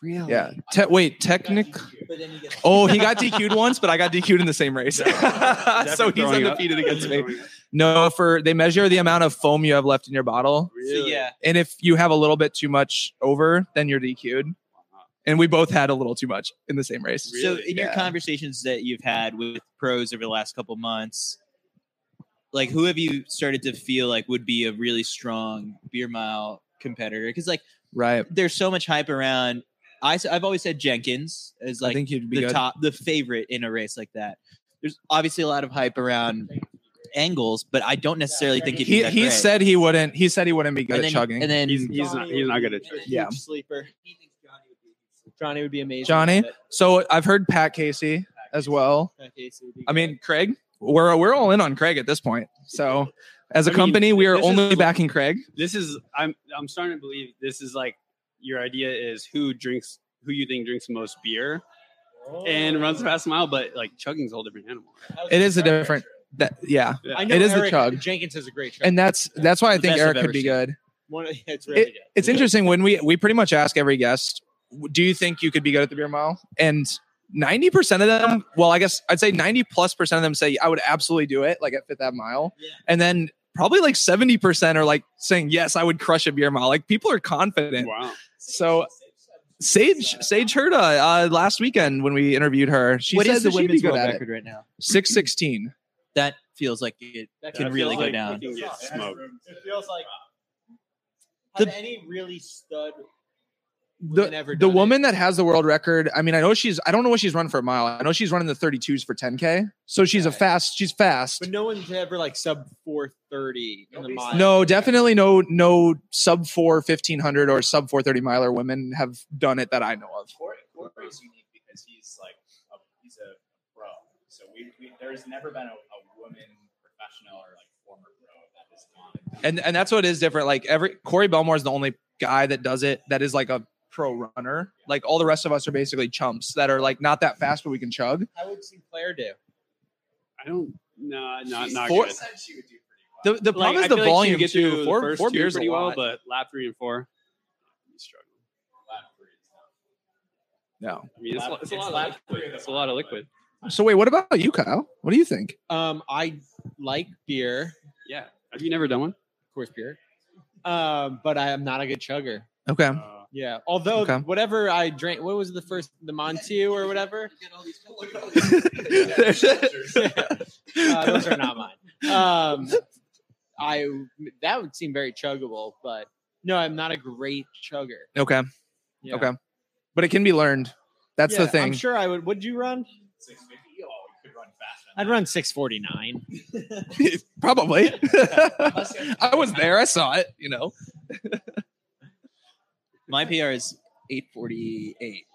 Really? Yeah. Te- wait, technic. But then he gets Oh, he got DQ'd once, but I got DQ'd in the same race. Ah, so Definitely he's throwing up. undefeated against me. Throwing up. No, for they measure the amount of foam you have left in your bottle. So yeah, And if you have a little bit too much over, then you're DQ'd. And we both had a little too much in the same race. So in your Yeah. conversations that you've had with pros over the last couple months, like who have you started to feel like would be a really strong beer mile competitor? Because like Right. there's so much hype around. I have always said Jenkins is I like think you'd be the good. top, the favorite in a race like that. There's obviously a lot of hype around angles, but I don't necessarily think it'd be he that he great. said he wouldn't. He said he wouldn't be good and then, at chugging. and then He's, he's not he's not good at chugging. Yeah. Sleeper. Johnny would be amazing. Johnny? so I've heard Pat Casey as well. uh, I mean, Craig. We're we're all in on Craig at this point. So as a I mean, company, we are this is- only backing Craig. This is I'm I'm starting to believe this is like your idea is who drinks who you think drinks the most beer and runs the fastest mile, but like chugging's a whole different animal. It is a different that yeah. I It is a Eric chug. Jenkins has a great chug. And that's that's why I The think best Eric I've could ever be seen. good. One, it's really good. It's interesting when we we pretty much ask every guest, do you think you could be good at the beer mile? And 90% of them, well, I guess I'd say 90 plus percent of them say I would absolutely do it, like at fifth that mile. Yeah. And then probably like 70% are like saying, Yes, I would crush a beer mile. Like people are confident. Wow. So Sage Sage Herda uh, last weekend when we interviewed her, she what said is the that she'd be women's good world at it. record right now? Six sixteen. That feels like it can That really feels go like down. fucking get smoked. It feels like The- have any really stud Women The, ever the done it? woman that has the world record, I mean, I know she's I don't know what she's running for a mile. I know she's running the 32s for 10K. So she's a Okay. fast, she's fast. But no one's ever like sub 430 in the mile. No, definitely no no sub four fifteen hundred or sub four thirty miler women have done it that I know of. Corey, Corey's unique because he's like a, he's a pro. So we, we there's never been a, a woman professional or like former pro that has gone. And and that's what is different. Like every Corey Belmore is the only guy that does it that is like a pro runner. Like all the rest of us are basically chumps that are like not that fast, but we can chug. How would Sinclair do? I don't no not not Four- good. she would do pretty well. The the problem Like, I is the feel like she volume would get through too. the Four, first four two beers pretty a well, lot. but lap three and four, you struggle. Lap three is not- no. I mean, it's, Lap- it's a it's lot of lap liquid. three of the It's a lot of mile, liquid. So wait, what about you, Kyle? What do you think? Um, I like beer, Yeah. Have you never done one? of course, beer. Um, but I am not a good chugger. Okay. Uh, Yeah. Although Okay. whatever I drank, what was the first, the Montu or whatever? Uh, those are not mine. Um, I that would seem very chuggable, but no, I'm not a great chugger. okay. Yeah. Okay. But it can be learned. That's Yeah, the thing. I'm sure I would. Would you run? Six fifty. Oh, you could run fast. I'd run 649. Probably. I was there. I saw it. You know. My PR is 848,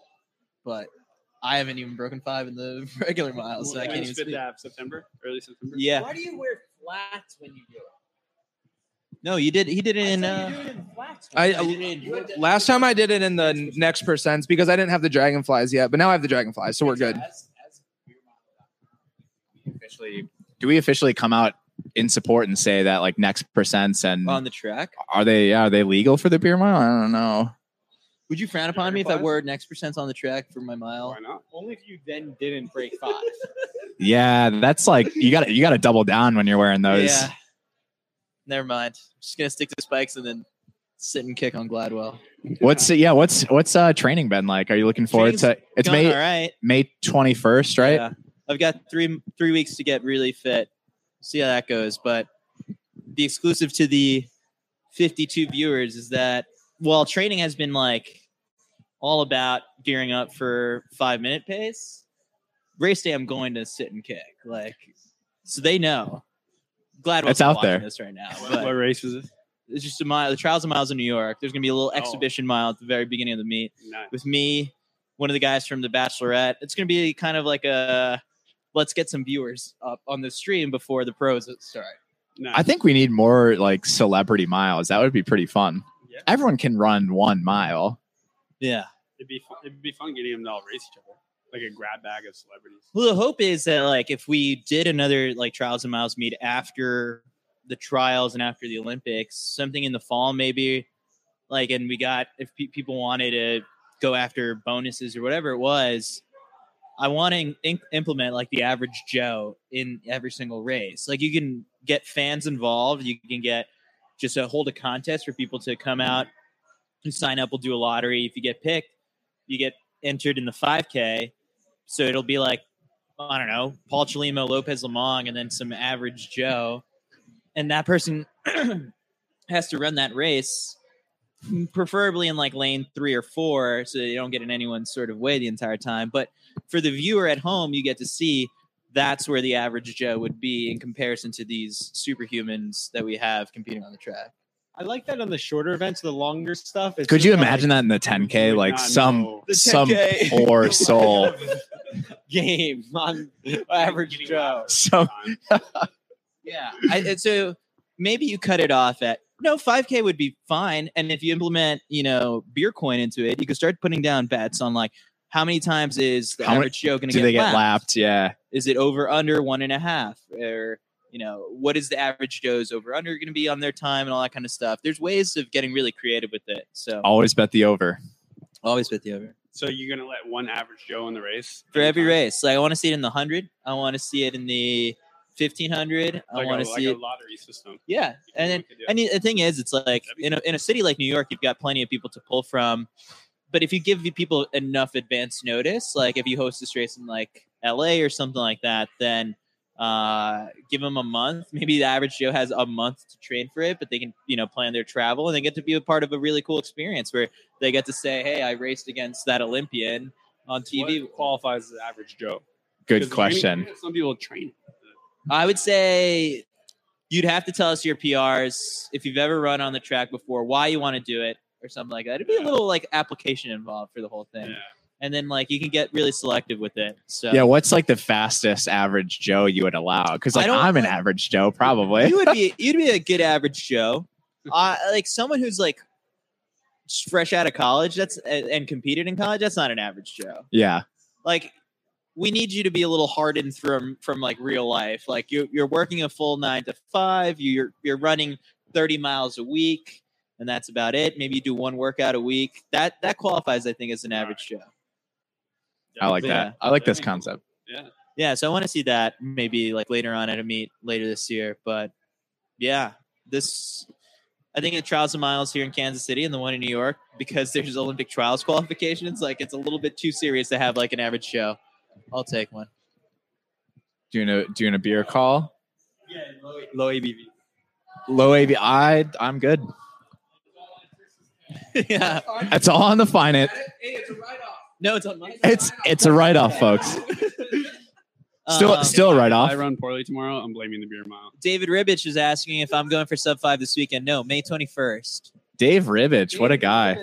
but I haven't even broken five in the regular mile, so I when can't is even speak. Fit Dab? September, early September. Yeah. do you wear flats when you do it? No, you did. He did it in. Uh, it in flats. I- You had to- Last time I did it in the next percents because I didn't have the dragonflies yet, but now I have the dragonflies, so we're good. As, as beer model, we officially, do we officially come out in support and say that like next percents and Um, on the track. are they yeah, are they legal for the beer mile? I don't know. Would you frown upon me if I wore next percents on the track for my mile? Why not? Only if you then didn't break five. Yeah, that's like you got to you got to double down when you're wearing those. Yeah. Never mind. just gonna stick to spikes and then sit and kick on Gladwell. What's yeah? What's what's uh training been like? Are you looking forward to? It's Going all May right. May twenty first, right? Yeah. I've got three three weeks to get really fit. See how that goes. But the exclusive to the 52 viewers is that while training has been like all about gearing up for five minute pace, race day I'm going to sit and kick. Like so they know. Glad It's out there. this right now. What, what But race is this? it's just a mile. The trials of miles in New York. There's gonna be a little exhibition mile at the very beginning of the meet Nice. with me, one of the guys from The Bachelorette. It's going to be kind of like a let's get some viewers up on the stream before the pros start. nice. I think we need more like celebrity miles. That would be pretty fun. Yeah. Everyone can run one mile. Yeah. it'd be fun, it'd be fun getting them to all race each other, like a grab bag of celebrities. Well, the hope is that like if we did another like trials and miles meet after the trials and after the Olympics, something in the fall maybe, like and we got if pe- people wanted to go after bonuses or whatever it was. I want to in- implement like the average Joe in every single race. Like you can get fans involved. You can get just a hold a contest for people to come out who sign up. We'll do a lottery. If you get picked, you get entered in the 5K. So it'll be like I don't know, Paul Chalimo, Lopez Lamong, and then some average Joe. And that person has to run that race, preferably in like lane three or four, so they don't get in anyone's sort of way the entire time. But for the viewer at home, you get to see that's where the average Joe would be in comparison to these superhumans that we have competing on the track. I like that on the shorter events, the longer stuff. It's Could just you like imagine that in the ten k? You would Like not some know. some poor soul. game on average Getting Joe? laughed Some at all the time. Yeah. I, and so maybe you cut it off at no 5k would be fine and if you implement you know beer coin into it you could start putting down bets on like how many times is the How many- average joe going to do get, they get lapped? lapped? Yeah. is it over under one and a half or you know what is the average joe's over under going to be on their time and all that kind of stuff there's ways of getting really creative with it so Always bet the over. always bet the over So you're gonna let one average Joe in the race for every Anytime. race like i want to see it in the 100 i want to see it in the 1500 i Like want a, to like see a it lottery system. yeah and then And the the thing is, it's like in a, in a city like New York, you've got plenty of people to pull from. But if you give people enough advance notice, like if you host this race in like LA or something like that, then uh, give them a month. Maybe the average Joe has a month to train for it, but they can you know plan their travel and they get to be a part of a really cool experience where they get to say, "Hey, I raced against that Olympian on TV." What qualifies as the average Joe. Good 'Cause question. training- some people train. I would say you'd have to tell us your PRs if you've ever run on the track before, why you want to do it or something like that. It'd be a little like application involved for the whole thing. Yeah. And then like you can get really selective with it. So Yeah, what's like the fastest average Joe you would allow? Because I like don't I'm an like- average Joe, probably. you would be you'd be a good average Joe. Uh, like someone who's like fresh out of college that's and and competed in college, that's not an average Joe. yeah, like we need you to be a little hardened from from like real life like you, you're working a full nine to five you're you're running 30 miles a week and that's about it maybe you do one workout a week that that qualifies i think as an average joe I like Yeah. that. I like this Yeah. concept. yeah so i want to see that maybe like later on at a meet later this year but yeah this i think the trials and miles here in kansas city and the one in new york because there's olympic trials qualifications like it's a little bit too serious to have like an average show i'll take one Doing a doing a beer call. Yeah, low, low ABV. Low AV. I I'm good. yeah That's all on the finance. no it's on my It's it's a write off, folks. Still Um, still a write I off. run poorly tomorrow. I'm blaming the beer mile. David Ribich is asking if I'm going for sub five this weekend. No, May 21st. Dave Ribbage, what a guy.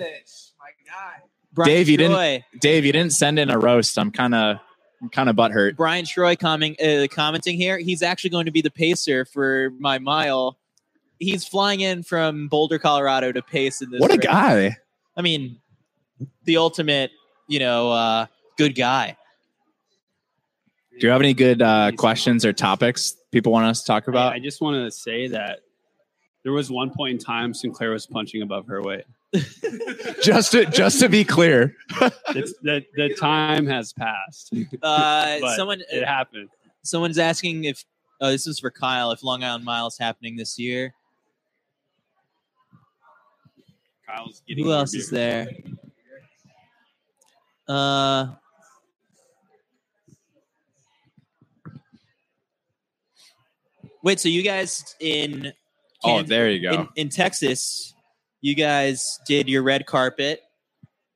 Brian Dave, Troy, you didn't- Dave, you didn't send in a roast. I'm kind of I'm kind of butthurt. Brian Troy coming, uh, commenting here. He's actually going to be the pacer for my mile. He's flying in from Boulder, Colorado to pace in this. What a race. guy. I mean, the ultimate, you know, uh, good guy. Do you have any good uh, questions or topics people want us to talk I, about? I just want to say that there was one point in time Sinclair was punching above her weight. Just to just to be clear, The, the, the time has passed. Uh, But someone, It happened. someone's asking if oh, this is for Kyle. If Long Island Mile is happening this year, Kyle's getting. Who more else is beer. there? Uh, wait. So you guys in? Oh, Can- there you go. in, in Texas, you guys did your red carpet.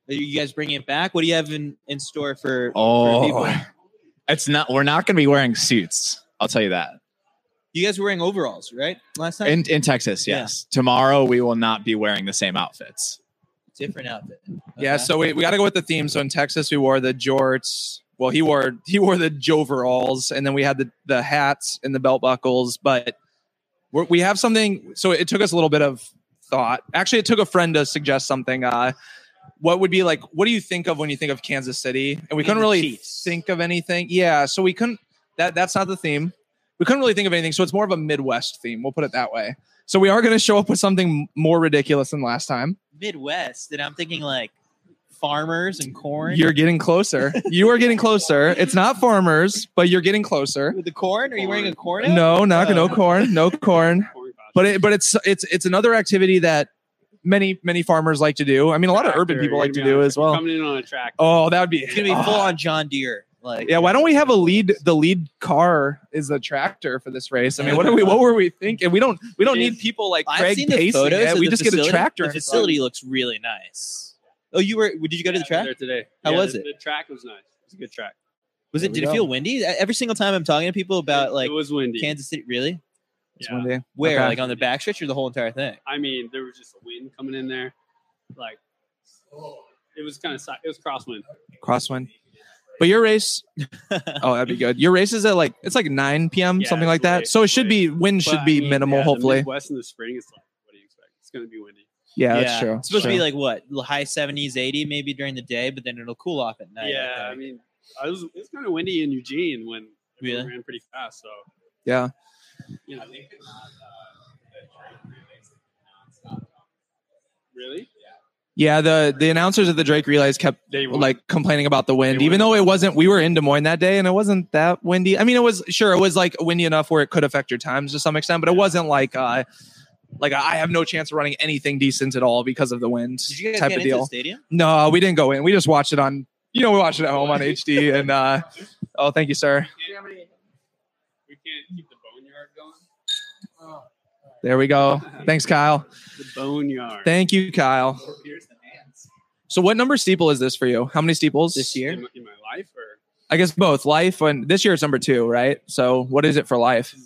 Are you guys bringing it back? What do you have in, in store for? for people? oh, it's not. We're not going to be wearing suits. I'll tell you that. You guys were wearing overalls, right? Last time, In in Texas, Yeah. yes. Tomorrow we will not be wearing the same outfits. different outfit. Yeah, Okay. so we, we got to go with the theme. So in Texas, we wore the jorts. Well, he wore he wore the joveralls, and then we had the the hats and the belt buckles. But we're, we have something. So it took us a little bit of thought. Actually, it took a friend to suggest something. Uh, what would be like? What do you think of when you think of Kansas City? And we And couldn't the really Chiefs. think of anything. Yeah, so we couldn't. That that's not the theme. We couldn't really think of anything. So it's more of a Midwest theme. We'll put it that way. So we are going to show up with something more ridiculous than last time. Midwest, and I'm thinking like farmers and corn. You're getting closer. you are getting closer. It's not farmers, but you're getting closer. with the corn? Are you wearing a corn? out? No, not no Oh. corn, no corn. Corn pops. But it, but it's it's it's another activity that many many farmers like to do. I mean, a lot of urban Tractor, people you're like to gonna be do on a as tra- well. Coming in on a track. Oh, that would be It's gonna be full on John Deere. Like Yeah, why don't we have a lead? The lead car is the tractor for this race. I mean, what are we? What were we thinking? We don't. We don't need people like I've Craig seen the Pace. photos. of We the just facility. get a tractor. The in front. facility looks really nice. Oh, you were? Did you go to the Yeah, track? I was there today. How Yeah, was the- it? The track was nice. It was a good track. Was There it? we Did it go. feel windy? E, Every single time I'm talking to people about like it was windy. Kansas City. Really? It's Yeah. windy. Where? Okay. Like on the back stretch or the whole entire thing? I mean, there was just a wind coming in there. Like, it was kind of si- it was crosswind. crosswind. But your race, oh, that'd be good. Your race is at like it's like 9 p.m. Yeah, something like it's that. late, so it should be wind But, should I be mean, minimal, yeah, The hopefully. Midwest in the spring is like, what do you expect? It's gonna be windy. Yeah, that's true. It's supposed True. to be like what high 70s, 80 maybe during the day, but then it'll cool off at night. I yeah, I think. mean, I was it was kind of windy in Eugene when we Really? ran pretty fast. So yeah. you know, uh, really, Yeah, the the announcers at the Drake relays kept they were like complaining about the wind, They even were- though it wasn't. We were in Des Moines that day, and it wasn't that windy. I mean, it was sure it was like windy enough where it could affect your times to some extent, but it wasn't like uh like I have no chance of running anything decent at all because of the wind Did you guys type get of into deal. the stadium? No, we didn't go in. We just watched it on. You know, we watched it at home on HD. And uh, oh, thank you, sir. we can't keep the boneyard going. There we go. Thanks, Kyle. The boneyard. Thank you, Kyle. So, what number steeple is this for you? How many steeples This year? in my, in my life or I guess both life and this year it's number two, right? So, what is it for life?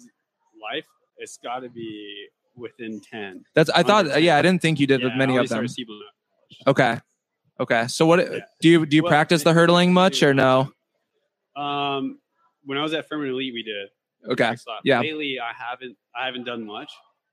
life, it's got to be within ten. That's I thought. Under- Yeah, I didn't think you did Yeah, many I of them. only started steeple now. Okay, okay. So, what Yeah. do you do? You Well, practice the maybe- hurdling much or no? Um, when I was at Furman Elite, we did. Okay, Big slap. yeah. Lately, I haven't. I haven't done much.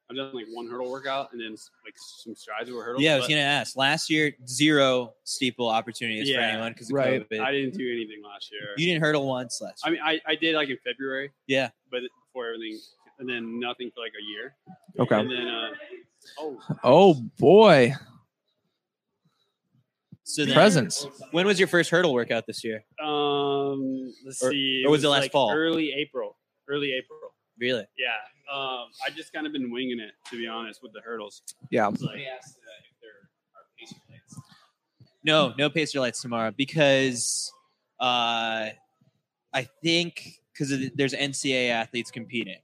I've done like one hurdle workout and then s- like some strides over hurdles. Yeah, I was but gonna ask. Last year, zero steeple opportunities for Yeah, anyone because of right. COVID. I didn't do anything last year. you didn't hurdle once last I year. mean, I, I did like in February. Yeah. But before everything, and then nothing for like a year. Okay. And then, uh, oh, Oh boy, so then, presents. When was your first hurdle workout this year? um, let's Or- see. or was it last like, fall? Early April. Early April. Really? Yeah. Um, I just kind of been winging it to be honest with the hurdles. Yeah. It's like, No, no Pacer lights tomorrow because uh, I think because there's NCAA athletes competing,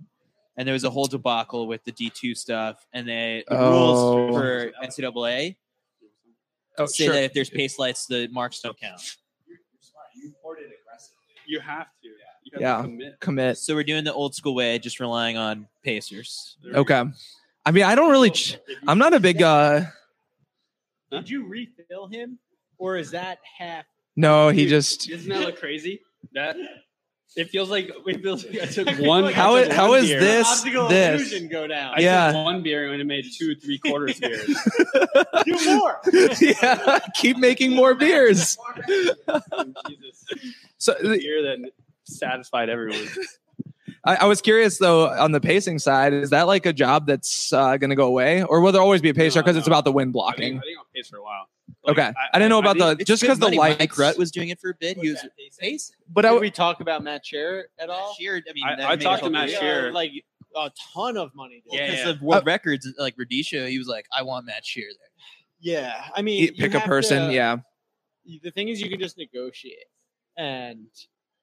and there was a whole debacle with the D2 stuff, and they the Oh. rules for NCAA Oh, say sure. that if there's pace lights, the marks don't count. you have to. You have Yeah. To commit. Commit. So we're doing the old school way, just relying on pacers. There we Okay. I mean, I don't really. Ch- go. If you- I'm not a big. uh Did you refill him, or is that half? No, he just. Doesn't that look crazy? That it feels like it feels like I took one. I How took it, how one is beer. this Optical this? illusion go down. I Yeah. took one beer and it made two three quarters beers. Do more. yeah, keep making more beers. Jesus, So a beer that satisfied everyone. I, I was curious though on the pacing side, is that like a job that's uh, going to go away, or will there always be a pacer No, because it's no. about the wind I think, blocking? I think I'll pace for a while. Okay. I didn't know about think- the- Just 'cause the light, Mike lights- Rutt was doing it for a bit. He was pace. But Did I, we talk about Matt Sherr at all? Sheer, I mean, I- that I made talked it to Matt Uh, all- Yeah, Sherr. Like a ton of money. dude. Yeah, because yeah. of world records, like Radisha, he was like, "I want Matt Shear there." Yeah, I mean, you pick a have person. to- yeah. The thing is, you can just negotiate and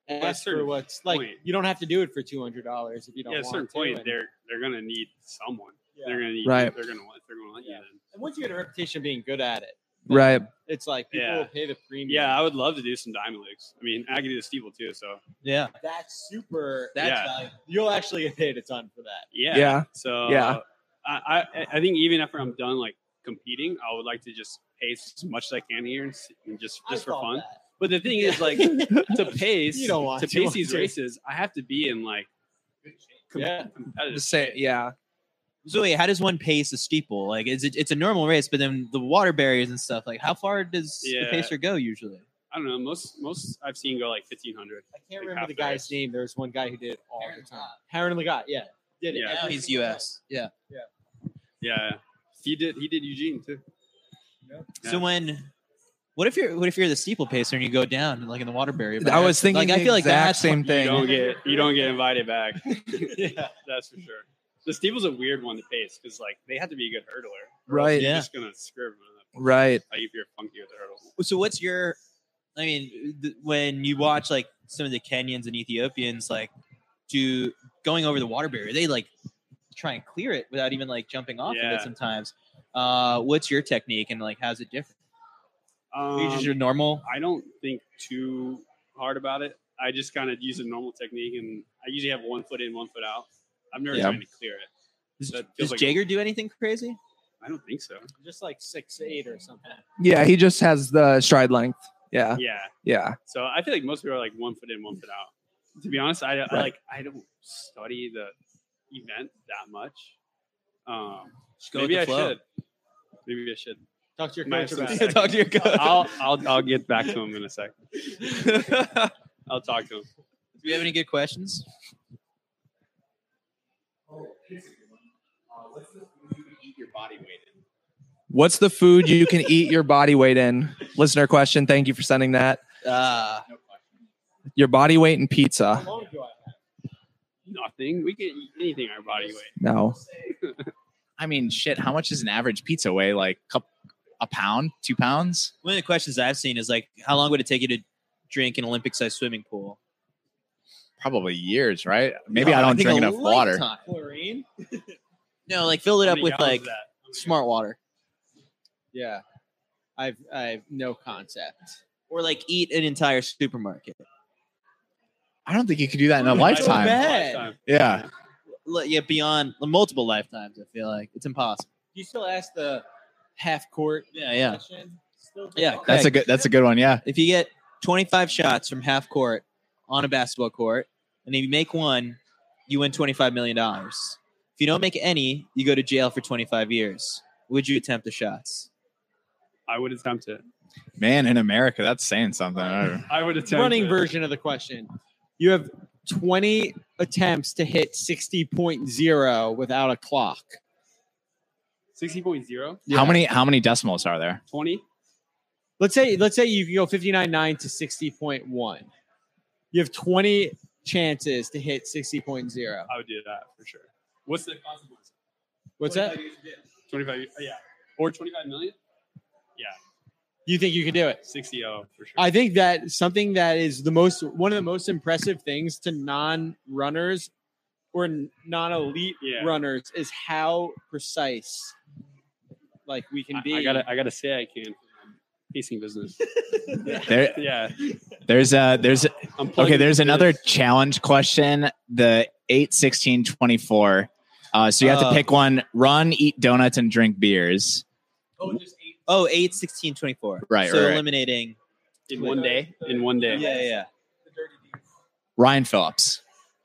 that's ask for certain what's like. point. You don't have to do it for two hundred dollars if you don't yeah, at a want certain to. point, and- they're they're gonna need someone. Yeah. They're gonna need. Right. They're gonna want. They're gonna want Yeah. you. Then. And once you get a reputation of being good at it, Right. it's like people Yeah. will pay the premium. Yeah, I would love to do some diamond leagues. I mean, I could do the steeple too. So Yeah. that's super. That's Yeah. valuable. You'll actually get paid a ton for that. yeah, Yeah. So Yeah. I, I I think even after I'm done like competing, I would like to just pace as much as I can here and, s- and just I just for thought fun. that. But the thing is, like to pace You don't want to to, pace these do you? races, I have to be in like com- Yeah. competitive. The same. Yeah. So wait, how does one pace a steeple? Like, is it, it's a normal race, but then the water barriers and stuff. Like, how far does Yeah. the pacer go usually? I don't know. Most most I've seen go like fifteen hundred. I can't Like remember half the the guy's race. name. There was one guy who did it all the time. Heron Legat, yeah, did it. Yeah. Now every he's single U.S. Yeah. Yeah, he did. He did Eugene too. Yeah. So when, what if you're what if you're the steeple pacer and you go down like in the water barrier? I was Like, thinking I feel like that that's same You thing. don't get you don't get invited back. yeah, that's for sure. The steeple's a weird one to pace because like they have to be a good hurdler. or else Right. You're Yeah. just gonna screw everyone up. Right. Like if you're funky with the hurdles. so what's your i mean th- when you watch like some of the kenyans and ethiopians like do going over the water barrier they like try and clear it without even like jumping off of Yeah. it sometimes uh what's your technique and like how's it different Are you Um, just your normal I don't think too hard about it. I just kind of use a normal technique, and I usually have one foot in, one foot out. I'm never Yeah. trying to clear it. does, that does feels like- jager do anything crazy I don't think so. time. Just like six eight or something. Yeah. He just has the stride length. Yeah. Yeah. Yeah. So I feel like most people are like one foot in, one foot out. To be honest, I, I like I don't study the event that much. Um, just maybe I should. Maybe I should. Talk to your Nice coach about and it. should. talk to your coach I'll I'll I'll get back to him in a sec. I'll talk to him. do you have any good questions What's the food you can eat your body weight in? Listener question. Thank you for sending that. uh Your body weight in pizza. How long do I Nothing. We can eat anything our body weight. No. I mean, shit. How much does an average pizza weigh? Like cup, a pound, two pounds? one of the questions i've seen is like how long would it take you to drink an olympic sized swimming pool Probably years, right? Maybe No, I don't think drink a enough water. lifetime. have? Chlorine? no like fill it How up many with gallons like is that? How many smart water Yeah, I've I've no concept. or like eat an entire supermarket. I don't think you could do that in a gallons? lifetime. bad. Lifetime. Yeah. L- Yeah, beyond multiple lifetimes, I feel like it's impossible. Do you still ask the half court Yeah, yeah. question? Still Yeah, good. That's a good that's a good one, yeah. If you get 25 shots from half court on a basketball court, and if you make one, you win 25 million dollars. If you don't make any, you go to jail for 25 years. Would you attempt the shots? I would attempt it. Man, in America, that's saying something. I don't know. I would attempt running it. version of the question. You have 20 attempts to hit 60.0 without a clock. Sixty point zero. How Yeah. many how many decimals are there? Twenty. Let's say let's say you can go 59.9 to 60.1. You have 20 chances to hit 60.0. I would do that for sure. What's the consequence? What's that? Twenty five. Yeah. Or twenty five million. Yeah. You think you can do it? Sixty oh for sure. I think that something that is the most one of the most impressive things to non-runners or non-elite Yeah. runners is how precise like we can I, be. I gotta I gotta say I can. Pacing business. There Yeah. there's a there's I'm okay, plugging there's into another this. challenge question, the 8 16 24. Uh, so you have Oh. to pick one run, eat donuts and drink beers. Oh, 8, 16, 24. Right, So right, right. eliminating. in one day. In one day. yeah, yeah. Ryan Phillips.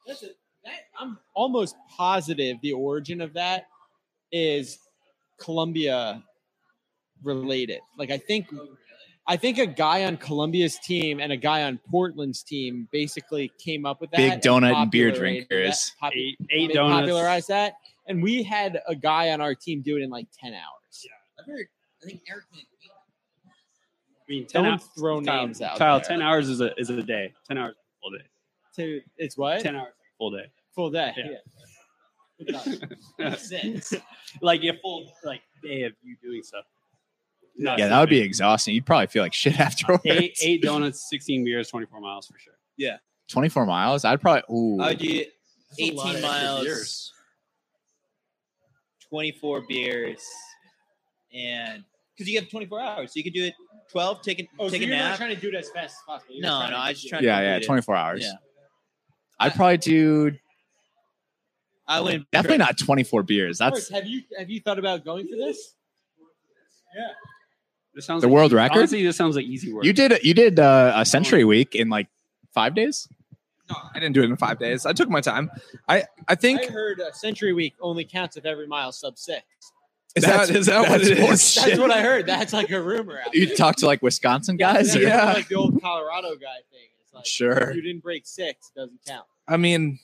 Listen, that, I'm almost positive the origin of that is Columbia related. Like I think I think a guy on Columbia's team and a guy on Portland's team basically came up with that. Big donut and beer popularized that- drinkers. popu- Eight eight they donuts. popularized that. And we had a guy on our team do it in like 10 hours. I think Eric I mean, 10 Don't hours. throw Kyle, names out. Kyle, there. ten hours is a is a day. Ten hours full day. To- it's what? Ten hours full day. Full day. Yeah. yeah. Makes sense. like a full like day of you doing stuff. Not Yeah, so that would be big. exhausting. You'd probably feel like shit afterwards. eight, eight donuts, 16 beers, 24 miles for sure. 24 miles? I'd probably, ooh. I would do a lot of 18 extra miles, beers. 24 beers, and because you have 24 hours, so you could do it 12, take a, Oh, take a nap. to do it as fast as possible. no, no, I was just trying. yeah, to yeah, complete it. 24 hours. Yeah. I'd probably do I wouldn't definitely not 24 beers. That's have you have you thought about going for this? This sounds the like, world record. honestly, this sounds like easy work. You did you did uh, a century week in like five days. No, I didn't do it in five days. I took my time. I I think I heard a Century Week only counts if every mile sub six. is that That's- is that what that's it is? horseshit. That's what I heard. That's like a rumor. Out You talked to like Wisconsin guys. there. or- That's like the old Colorado guy thing. It's like Sure. if you didn't break six, doesn't count. I mean,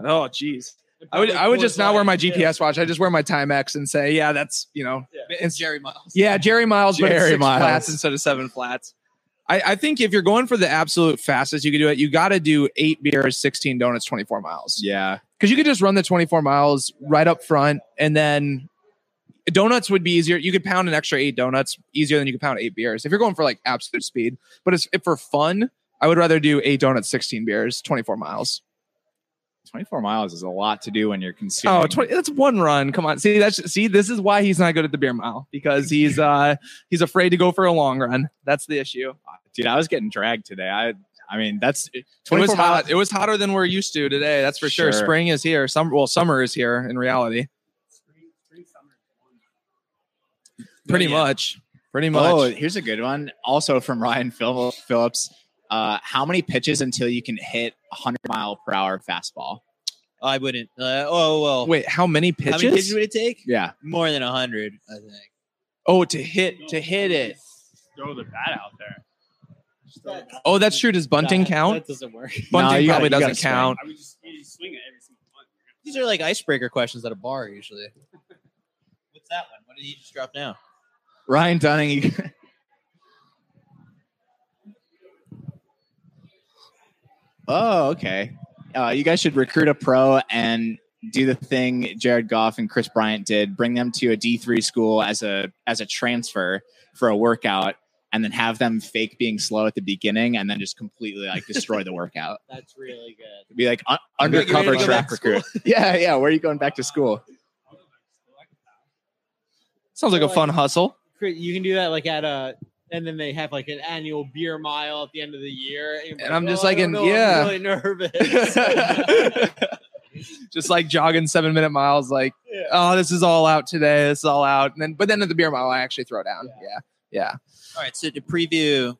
oh jeez. I would I would just not wear my GPS watch. I just wear my Timex and say, yeah, that's you know, it's Jerry Miles. Yeah, Jerry Miles, but it's Jerry six Miles. flats instead of seven flats. I, I think if you're going for the absolute fastest you can do it, you got to do eight beers, sixteen donuts, twenty four miles. Yeah. because you could just run the 24 miles right up front and then donuts would be easier you could pound an extra eight donuts easier than you could pound eight beers if you're going for like absolute speed but it's, if for fun i would rather do eight donuts 16 beers 24 miles 24 miles is a lot to do when you're consuming. oh 20, that's one run come on see that's see this is why he's not good at the beer mile because he's uh he's afraid to go for a long run that's the issue Dude, I was getting dragged today. I I mean, that's it was 24 miles. hot it was hotter than we're used to today that's for sure, Sure. spring is here Summer, well summer is here in reality pretty Yeah. much pretty much Oh, here's a good one. Also from Ryan Phil- Phillips. Uh, how many pitches until you can hit 100 mile per hour fastball? I wouldn't. Uh, oh well. Wait, how many How many pitches pitches? would it take? Yeah. More than hundred, I think. Oh, to hit to hit it. Throw the bat out there. Oh, that's true. Does bunting Nah, count? That doesn't work. No, Bunting you gotta- probably you gotta doesn't count. I would just you just swing it every single one. These are like icebreaker questions at a bar usually. What's that one? What did you just drop now? Ryan Dunning. You, oh, okay. Uh, you guys should recruit a pro and do the thing Jared Goff and Chris Bryant did. Bring them to a D three school as a as a transfer for a workout, and then have them fake being slow at the beginning, and then just completely like destroy the workout. That's really good. Be like un- gonna get ready undercover to go back track to recruit. Yeah, yeah. Where are you going back to school? Sounds like a fun hustle. Cra- You can do that like at a, and then they have like an annual beer mile at the end of the year. you're "Oh, And I'm just I like, don't and- know, I'm yeah. really nervous. Just like jogging seven minute miles, like, oh, this is all out today. This is all out. And then, but then at the beer mile, I actually throw down. Yeah. Yeah. All right, so to preview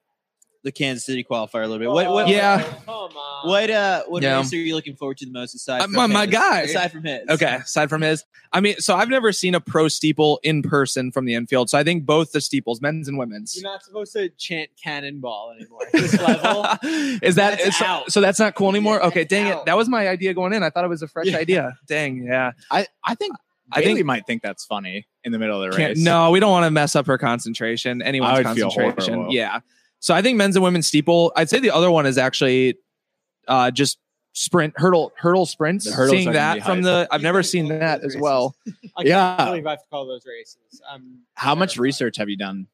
the Kansas City qualifier a little bit, what what Yeah. Come on. what uh what Yeah. race are you looking forward to the most aside Uh, from my- my his? guy. Aside from his, Okay. Aside from his, I mean, so I've never seen a pro steeple in person from the infield. So I think both the steeples, men's and women's. You're not supposed to chant cannonball anymore. At this level. is that That's so, out. so that's not cool anymore? Yeah, okay, that's dang it. out. That was my idea going in. I thought it was a fresh Yeah. idea. Dang, yeah. I I think I I think- think you might think that's funny in the middle of the Can't- race. no, we don't want to mess up her concentration. Anyone's I would feel concentration. horrible. Yeah. So I think men's and women's steeple. I'd say the other one is actually uh, just sprint hurdle hurdle sprints. The hurdles Seeing are gonna that be from the I've never seen that as well. I Yeah. can't believe I have to call those races. I'm How much terrified. research have you done?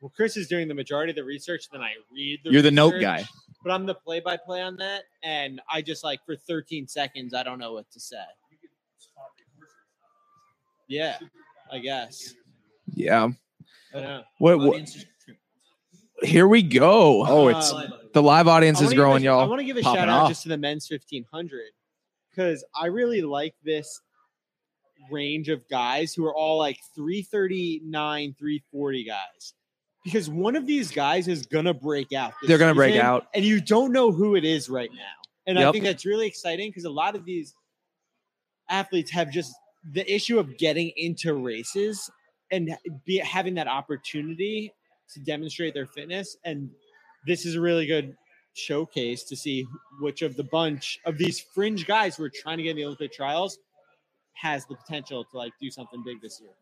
Well, Chris is doing the majority of the research, then I read the You're the note research, guy. But I'm the play by play on that. And I just like for 13 seconds, I don't know what to say. Yeah, I guess. Yeah. I don't know. What, what here we go. Oh, it's Um, The live audience I is wanna give growing, a- I y'all. want to give a Popping shout out off. just to the men's 1500 because I really like this range of guys who are all like 339, 340 guys. Because one of these guys is going to break out. this They're gonna break season, out. And you don't know who it is right now. And I Yep. think that's really exciting because a lot of these athletes have just the issue of getting into races and be, having that opportunity to demonstrate their fitness. And this is a really good showcase to see which of the bunch of these fringe guys who are trying to get in the Olympic trials has the potential to like do something big this year.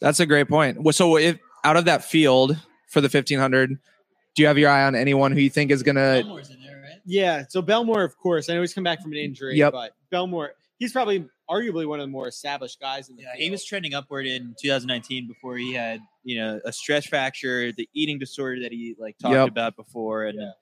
That's a great point. Well, So if out of that field for the 1500, do you have your eye on anyone who you think is going to Elmore's in there, right? Yeah. So Belmore, of course, I know he's come back from an injury, Yep. but Belmore, he's probably arguably one of the more established guys in the Yeah, field. he was trending upward in 2019 before he had, you know, a stress fracture, the eating disorder that he like talked Yep. about before, and then,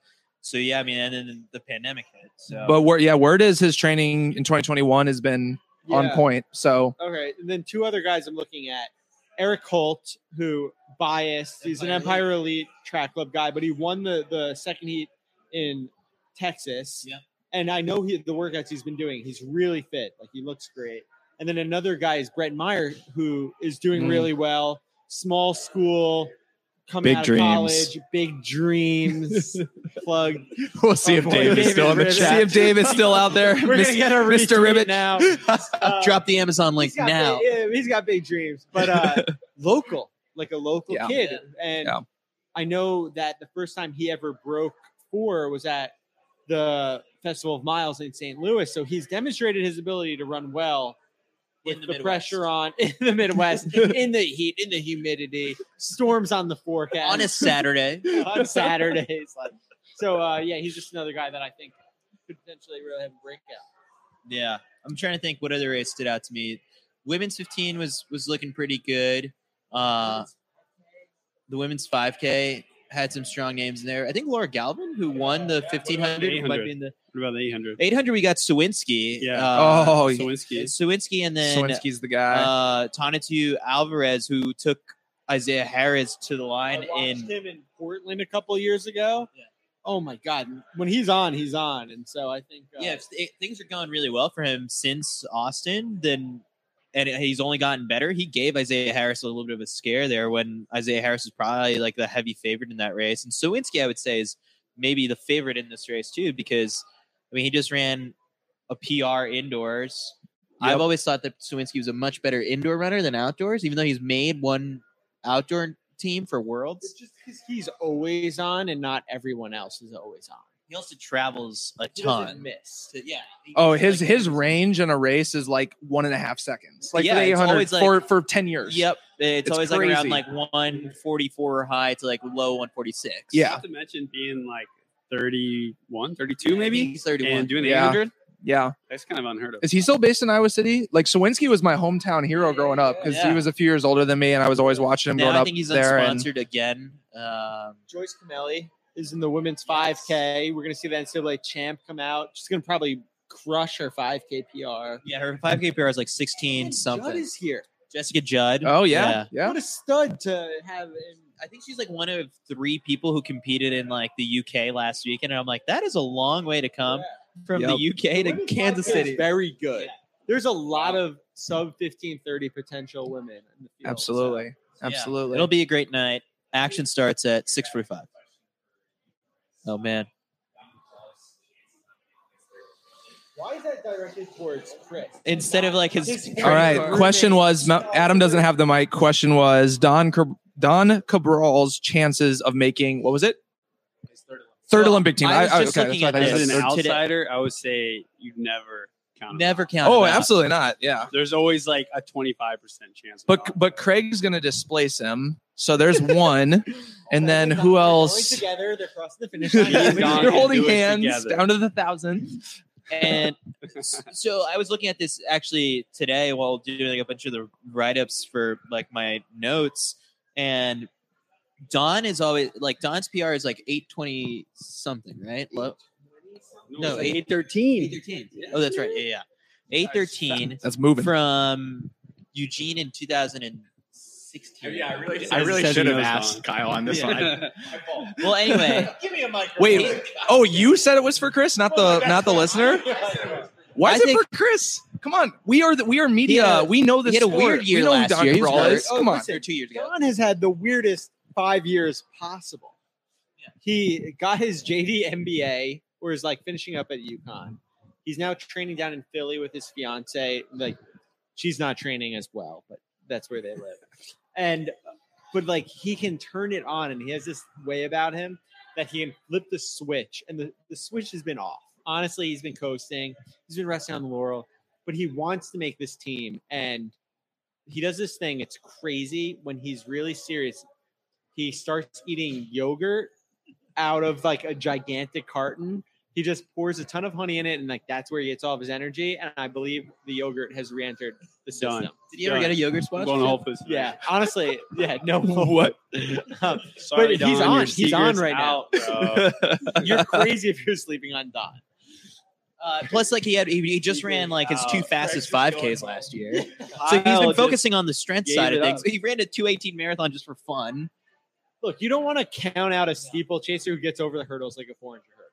so yeah, I mean, and then the pandemic hit. So But word, yeah, word is his training in 2021 has been on Yeah. point. So Okay, and then two other guys I'm looking at: Eric Holt, who biased. He's an Empire Empire Elite Track Club guy, but he won the the second heat in Texas. Yeah. And I know he, the workouts he's been doing. He's really fit. Like he looks great. And then another guy is Brett Meyer, who is doing Mm. really well. Small school, coming Big out of dreams. college, big dreams. plug. We'll see if Oh, Dave is David still in the Ribbit. see chat. if David's still out there. We're Mis- gonna get a Mr. retweet Ribbit. now. Uh, drop the Amazon link He's got now. big- yeah, he's got big dreams, but uh, local, like a local Yeah. kid. And Yeah. I know that the first time he ever broke four was at the Festival of Miles in St. Louis. So he's demonstrated his ability to run well with In the the, Midwest. pressure on in the Midwest, in the heat, in the humidity, storms on the forecast on a Saturday. on Saturdays. Like, so uh, yeah, he's just another guy that I think could potentially really have a breakout. Yeah, I'm trying to think what other race stood out to me. Women's 15 was was looking pretty good. Uh, the women's 5K had some strong names in there. I think Laura Galvin, who won the 1500, might 800? be in the What about the 800? 800. We got Sawinski. Yeah. Uh, oh, Sawinski. Sawinski, and then Swinsky's the guy. uh, Tanatu Alvarez, who took Isaiah Harris to the line I watched in him in Portland a couple years ago. Yeah. Oh my god, when he's on, he's on, and so I think uh, yeah, if th- things are going really well for him since Austin, then and he's only gotten better. He gave Isaiah Harris a little bit of a scare there when Isaiah Harris is probably like the heavy favorite in that race, and Sawinski I would say is maybe the favorite in this race too because I mean he just ran a PR indoors. I've always thought that Sawinski was a much better indoor runner than outdoors, even though he's made one outdoor team for Worlds. it's just because he's always on, and not everyone else is always on. He also travels a He doesn't ton. miss. Yeah. oh, his his range in a race is like one and a half seconds. Like Yeah, for the it's 800 always like- for, for 10 years. Yep, it's, It's always crazy. like around like 144 or high to like low 146. Yeah. Not to mention being like 31, 32 maybe, he's 31. and doing the Yeah. 800. Yeah. That's kind of unheard of. Is he still based in Iowa City? Like Sawinski was my hometown hero growing up because he Yeah. was a few years older than me, and I was always watching him now growing I up think he's there. And unsponsored again. Um, Joyce Camelli is in the women's Yes. 5K. We're gonna see that NCAA champ come out. She's gonna probably crush her 5K PR. yeah, her 5K PR is like 16 And Judd something. is here. Jessica Judd. oh yeah, yeah, What a stud to have. In, I think she's like one of three people who competed in like the UK last week, and I'm like, that is a long way to come from the UK to Kansas It's City. very good. Yeah. There's a lot of sub 1530 potential women in the field. so- absolutely, Yeah. absolutely. It'll be a great night. Action starts at 6:45. Oh man, Why is that directed towards Chris? instead of like his. His credit All right. card- Question was Ma- Adam doesn't have the mic. Question was Don Cab- Don Cabral's chances of making what was it? Third Well, Olympic team. I was I- just okay, looking that's what at I thought you this. As said. an Today- outsider, I would say you never count. them out. Never count. Oh, him out. absolutely not. Yeah, There's always like a 25 percent chance. but but Craig's gonna displace him. So there's one, and then who else? together, they're crossing the finish line. Me and Don They're can holding do it hands together. down to the thousand. and s- so I was looking at this actually today while doing a bunch of the write ups for like my notes, and Don is always like Don's PR is like eight twenty something, right? Low, no, eight thirteen. thirteen. Oh, that's right. Yeah, yeah. eight thirteen That's moving. from Eugene in two thousand and sixteen. I really, I really should have knows asked Don. Kyle on this one. Well, anyway, Wait, oh, you said it was for Chris, not the not the listener. Why I is it think- for Chris? Come on, we are the, we are media. had a- we know this. he uh, had a sport. weird year we know who last Don year. He was Cabral hurt. is. Come on, or two years ago. Don has had the weirdest five years possible. He got his JD MBA, or is like finishing up at UConn. He's now training down in Philly with his fiance. Like, she's not training as well, but that's where they live. And, but like, he can turn it on, and he has this way about him that he can flip the switch, and the, the switch has been off. Honestly, he's been coasting, he's been resting on the laurel, but he wants to make this team, and he does this thing. It's crazy when he's really serious. He starts eating yogurt out of like a gigantic carton He just pours a ton of honey in it, and like that's where he gets all of his energy. And I believe the yogurt has re-entered the system. Done. Did you ever Yeah. get a yogurt I'm sponge? going to Whole Foods. tonight. Yeah, honestly, yeah, no what. Um, Sorry, But he's Don, on- your he's on secret's right now. out, bro. you're crazy if you're sleeping on Don. Uh, plus, like he had, he, he just ran like his two Wow. fastest Practice five going Ks home. last year. So he's Kyle been just- focusing on the strength gave side of it things. up. He ran a 218 marathon just for fun. Look, you don't want to count out a steeplechaser who gets over the hurdles like a 400 hurdle.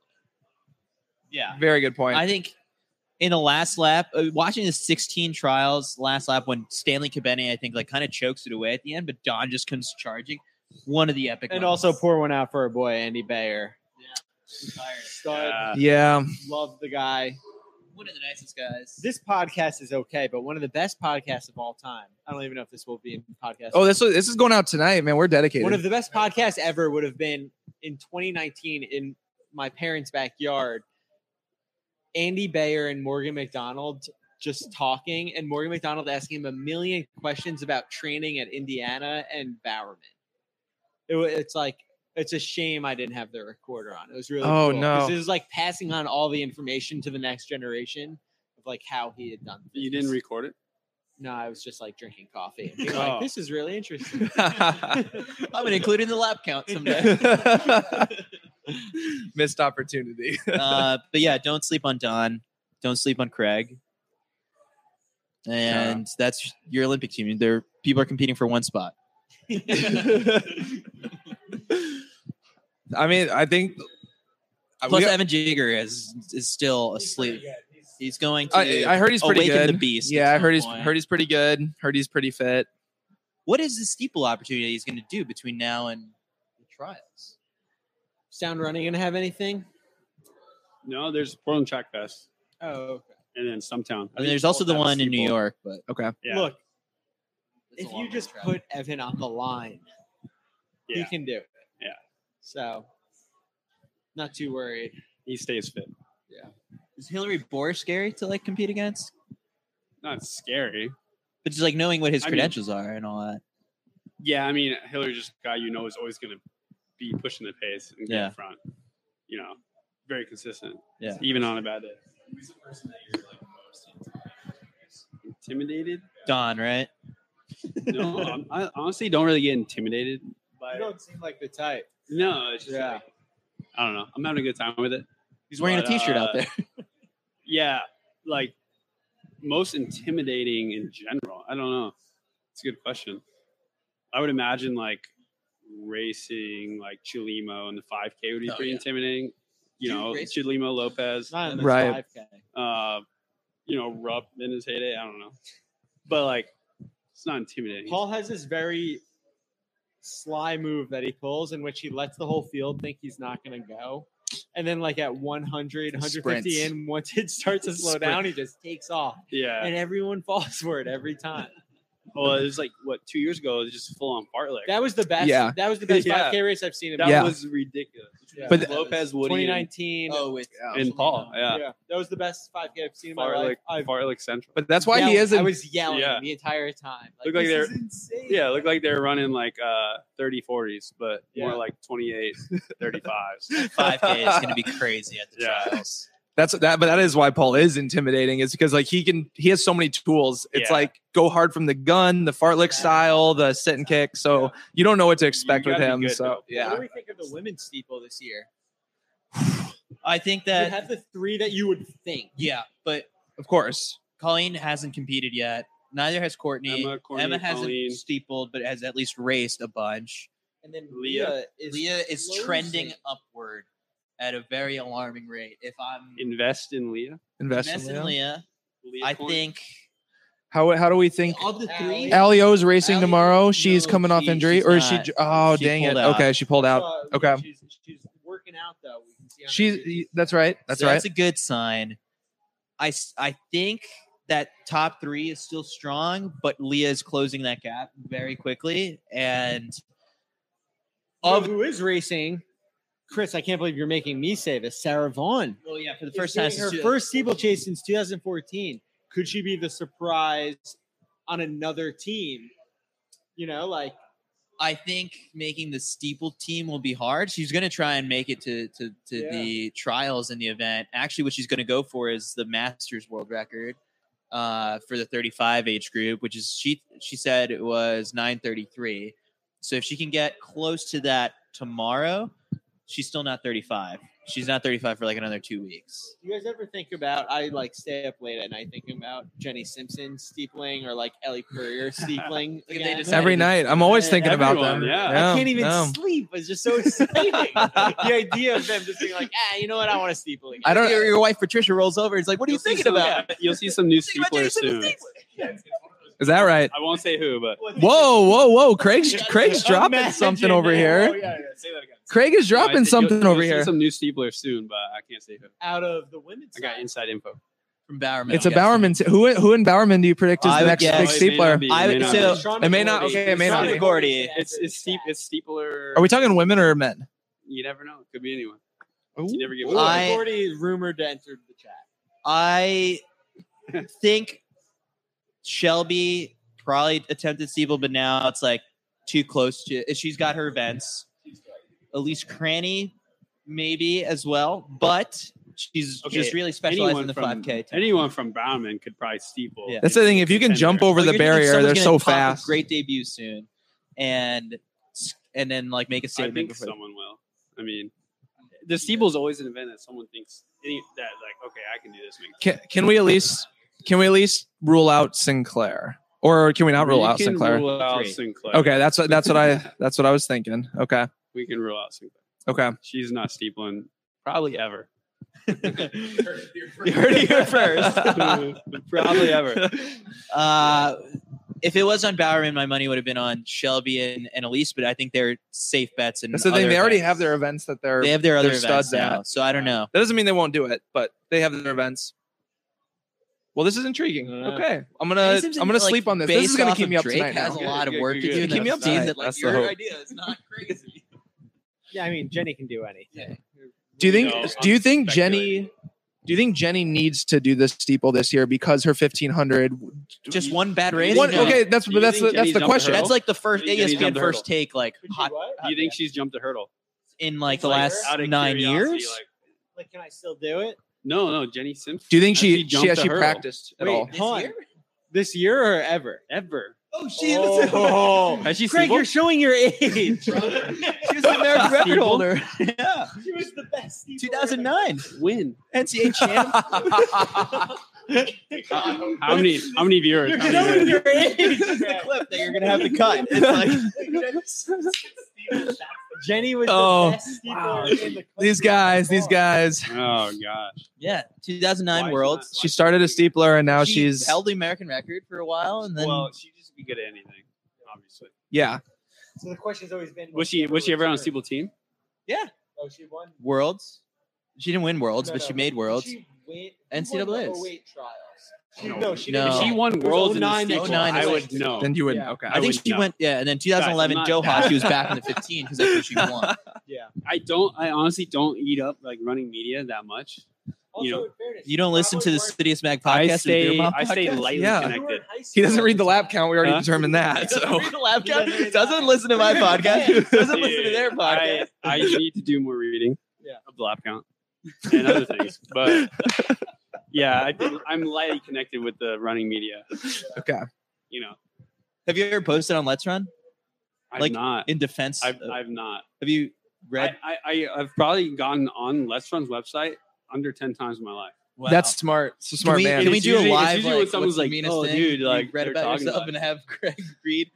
Yeah. Very good point. I think in the last lap, uh, watching the 16 trials last lap when Stanley Cabene, I think, like kind of chokes it away at the end, but Don just comes charging. One of the epic. And moments. also pour one out for our boy Andy Bayer. Yeah. Stud, yeah. love the guy. one of the nicest guys. This podcast is okay, but one of the best podcasts of all time. I don't even know if this will be in podcast. Oh, this was, this is going out tonight, man. We're dedicated. one of the best podcasts ever would have been in 2019 in my parents' backyard. Andy Bayer and Morgan McDonald just talking, and Morgan McDonald asking him a million questions about training at Indiana and Bowerman. It, wa- it's like it's a shame I didn't have the recorder on. It was really Oh, cool, no. 'cause it was like passing on all the information to the next generation of like how he had done. You things. didn't record it? No, I was just like drinking coffee. And being Oh. like, this is really interesting. I'm gonna include it in the lap count someday. missed opportunity. uh, but yeah, don't sleep on Don. Don't sleep on Craig. And that's your Olympic team. They're people are competing for one spot. I mean, I think. uh, Plus, we- Evan Jigger is is still asleep. He's going to. I, I heard he's pretty awaken good. the beast Yeah, at I some heard he's point. heard he's pretty good. Heard he's pretty fit. what is the steeple opportunity he's going to do between now and the trials? Sound running gonna have anything? No, there's Portland Track Fest Oh, okay. and then Sumtown. I mean, there's also the Portland one in New Steeple. York, but Okay. Yeah. Look, It's a if long you way just to travel. put Evan on the line, he Yeah. can do it. Yeah. So, not too worried. He stays fit. is Hillary Bohr scary to like compete against? Not scary. But just like knowing what his I mean- credentials are and all that. Yeah, I mean, Hillary's just a guy you know is always going to be pushing the pace and get Yeah. in front. You know, very consistent. Yeah. Even on a bad day. Who's the person that you're like most intimidated? Don, right? No, I'm, I honestly don't really get intimidated by. You don't seem like the type. No, it's just Yeah. like, I don't know. I'm having a good time with it. He's wearing But, a T-shirt out uh, there. Yeah, like most intimidating in general. I don't know. It's a good question. I would imagine like racing like Chilimo and the 5K would be Oh, pretty yeah. intimidating. You Dude, know, race- Chilimo Lopez, Not in the Right. 5K. uh, you know, Rupp in his heyday. I don't know. But like, it's not intimidating. Paul has this very sly move that he pulls in which he lets the whole field think he's not gonna go. And then, like at 100, 150 Sprints. in, once it starts to slow Sprint. down, he just takes off, yeah. and everyone falls for it every time. Well, it was like, what, two years ago, it was just full on fartlek. That was the best. Yeah. That was the best Yeah. 5K race I've seen. In That my Yeah. life. was ridiculous. Yeah. But- Lopez, Woody, and, 2019. wait. and Paul. Yeah. yeah. That was the best 5K I've seen in my Fartlek, life. I've Fartlek Central. But that's why he yelled- is. I In, was yelling Yeah. the entire time. Like, Looked like this they're- is insane. Yeah, it looked like they were running like uh 30 40s, but Yeah. more like 28 35s. Five K is going to be crazy at the Yeah. trials. That's that, but that is why Paul is intimidating. Is because like he can, he has so many tools. It's Yeah. like go hard from the gun, the fartlek style, the sit and kick. So you don't know what to expect You with gotta be him. good, so though. What yeah, do we think of the women's steeple this year? I think You that have the three that you would think. yeah, but of course. Colleen hasn't competed yet. Neither has Courtney. Emma, Courtney, hasn't Colleen. steepled, but has at least raced a bunch. And then Leah. Leah is Leah is closing. trending upward at a very alarming rate. If I'm Invest in Leah. Invest in messing Leon. Leah, Leah I Coin. think How how do we think? of the three. Alio's racing Alio- tomorrow. she's no, coming off she- injury, she's or is she? not. j- Oh She dang it! pulled out. Okay, she pulled out. Uh, Okay. She's, she's working out though. We can see on her She's that's right. That's so right. That's a good sign. I s- I think that top three is still strong, but Leah is closing that gap very quickly. And of who is racing. Chris, I can't believe you're making me say this. Sarah Vaughn. well, yeah, for the first First time, her since two- first steeple chase since 2014. Could she be the surprise on another team? You know, like I think making the steeple team will be hard. She's going to try and make it to to, to Yeah. the trials in the event. Actually, what she's going to go for is the Masters world record uh, for the 35 age group, which is she she said it was 9:33. So if she can get close to that tomorrow, she's still not 35. She's not 35 for like another two weeks. Do you guys ever think about? I like stay up late at night thinking about Jenny Simpson steepling or like Ellie Courier steepling. Like if they again. decided- Every night, I'm always thinking about Everyone, them. yeah. I can't even sleep. It's just so exciting. the idea of them just being like, ah, you know what? I want to steeple again. I don't. Your, your wife Patricia rolls over. It's like, what are you You'll see thinking some- about? yeah, You'll see some new Think about steeplers Jason soon. Is that right? I won't say who, but Whoa, whoa, whoa! Craig's Craig's dropping something over Oh, here. yeah, yeah, say that again. Craig is No, I dropping think you'll- something you'll over see here. Some new steeplers soon, but I can't say who. Out of the women's I got side. inside info. From Bowerman. It's a Bowerman. t- Who who in Bowerman do you predict is I the would next guess- Oh, big it may not steepler? be, I it would- may not so- be. Sean It may not- McGordy. okay, it may not Sean be. McGordy. It's it's steep. It's steepler. Are we talking women or men? You never know. It could be anyone. Ooh. You never give. Sean up. I- McGordy is rumored to enter the chat. I think Shelby probably attempted Siebel, but now it's like too close to. She's got her events. Elise Cranny, maybe as well, but she's Okay, just really specialized Anyone in the from 5K. time. anyone from Bauman could probably steeple. Yeah. That's the thing. If you can jump over Like, the you're gonna think barrier, someone's they're gonna so pop a fast. Great debut soon, and and then like make a I statement. think before- someone will. I mean, the steeple is always an event that someone thinks any, that like, okay, I can do this. week. Can, can we at least can we at least rule out Sinclair, or can we not rule We out can Sinclair? rule out Three. Sinclair. okay, that's what that's what I that's what I was thinking. Okay, we can rule out Sinclair. okay. She's not steepling probably ever. You heard it here first. probably ever. Uh, if it was on Bowerman, my money would have been on Shelby and, and Elise, but I think they're safe bets. And That's the thing. They already have their. their events that they're. they have their other their studs studs out. now. So I don't know. that doesn't mean they won't do it, but they have their events. Well, this is intriguing. Yeah. Okay, I'm gonna I'm gonna sleep on this. This is gonna keep me up Drake tonight. has now. a lot of Uh, Good, work good, to good, do. good. in Keep me the up season. tonight. Like, That's the your hope. idea is not crazy. Yeah, I mean, Jenny can do anything. Do you think No, Do you I'm think speculating. Jenny? Do you think Jenny needs to do this steeple this year because her 1500? Just one bad race. One, No. okay, that's Do but you that's think the, that's Jenny's the up the question. That's like uh, the first E You think ESPN he's jumped a first hurdle? take, like hot Do you think she's jumped a hurdle in like It's the last out of nine curiosity, years. like, Like, can I still do it no, no, Jenny Simpson. do you think Has she she, jumped has a she hurdle? practiced at Wait, all? Hold on. this year or ever? Ever? Oh, she Oh, Has she Craig, steepled? you're showing your age. she was an American record Steeple? holder. yeah, She was the best. 2009 When? NCAA champ. How many? How many viewers? You're How many showing viewers? your age. the clip that you're gonna have to cut. It's like Jenny was Oh, the best. wow. in the These guys, these guys. Oh gosh. yeah, 2009 Why World. not? She started a steepler and now She she's held the American record for a while, and then well, she just be good at anything, obviously. yeah. So the question's always been Was she? Was she ever on a steeple team? Oh, she won. Worlds. She didn't win Worlds, No, but no, she made Worlds. She went, NCAAs. Oh wait, trials. She, no, she No. If she didn't. won It was worlds in a 09 that steeple, she won. I would know. Then you would Yeah. okay. I, think would she know. went, yeah, and then 2011 Guys, Joe I'm not- Haas, she was back in the 15 because that's what she won. I don't. I honestly don't eat up like running media that much. Also, you know. in fairness, You don't listen to the probably Sidious Mag podcast. I or Beer stay. Mile I stay podcast? lightly Yeah. weren't- you were in connected. high school He doesn't at read the time. lap count. We already Huh? determined that. Doesn't So read the lab You don't count, read it. doesn't listen to my podcast. Doesn't listen to Dude, their podcast. I, I need to do more reading. Yeah. Of the lap count and other things, but yeah, I think I'm lightly connected with the running media. okay. You know, Have you ever posted on Let's Run I'm Like, not. in defense? I've, uh, of- I've not. have you I, read? I, I, I've probably gotten on Let's Run's website under 10 times in my life. Wow. That's smart. So can smart we, man. Can It's we do usually- a it's live? usually Like, when what's someone's the like, meanest "Oh, thing dude, you like, read they're about talking yourself about and have Craig read?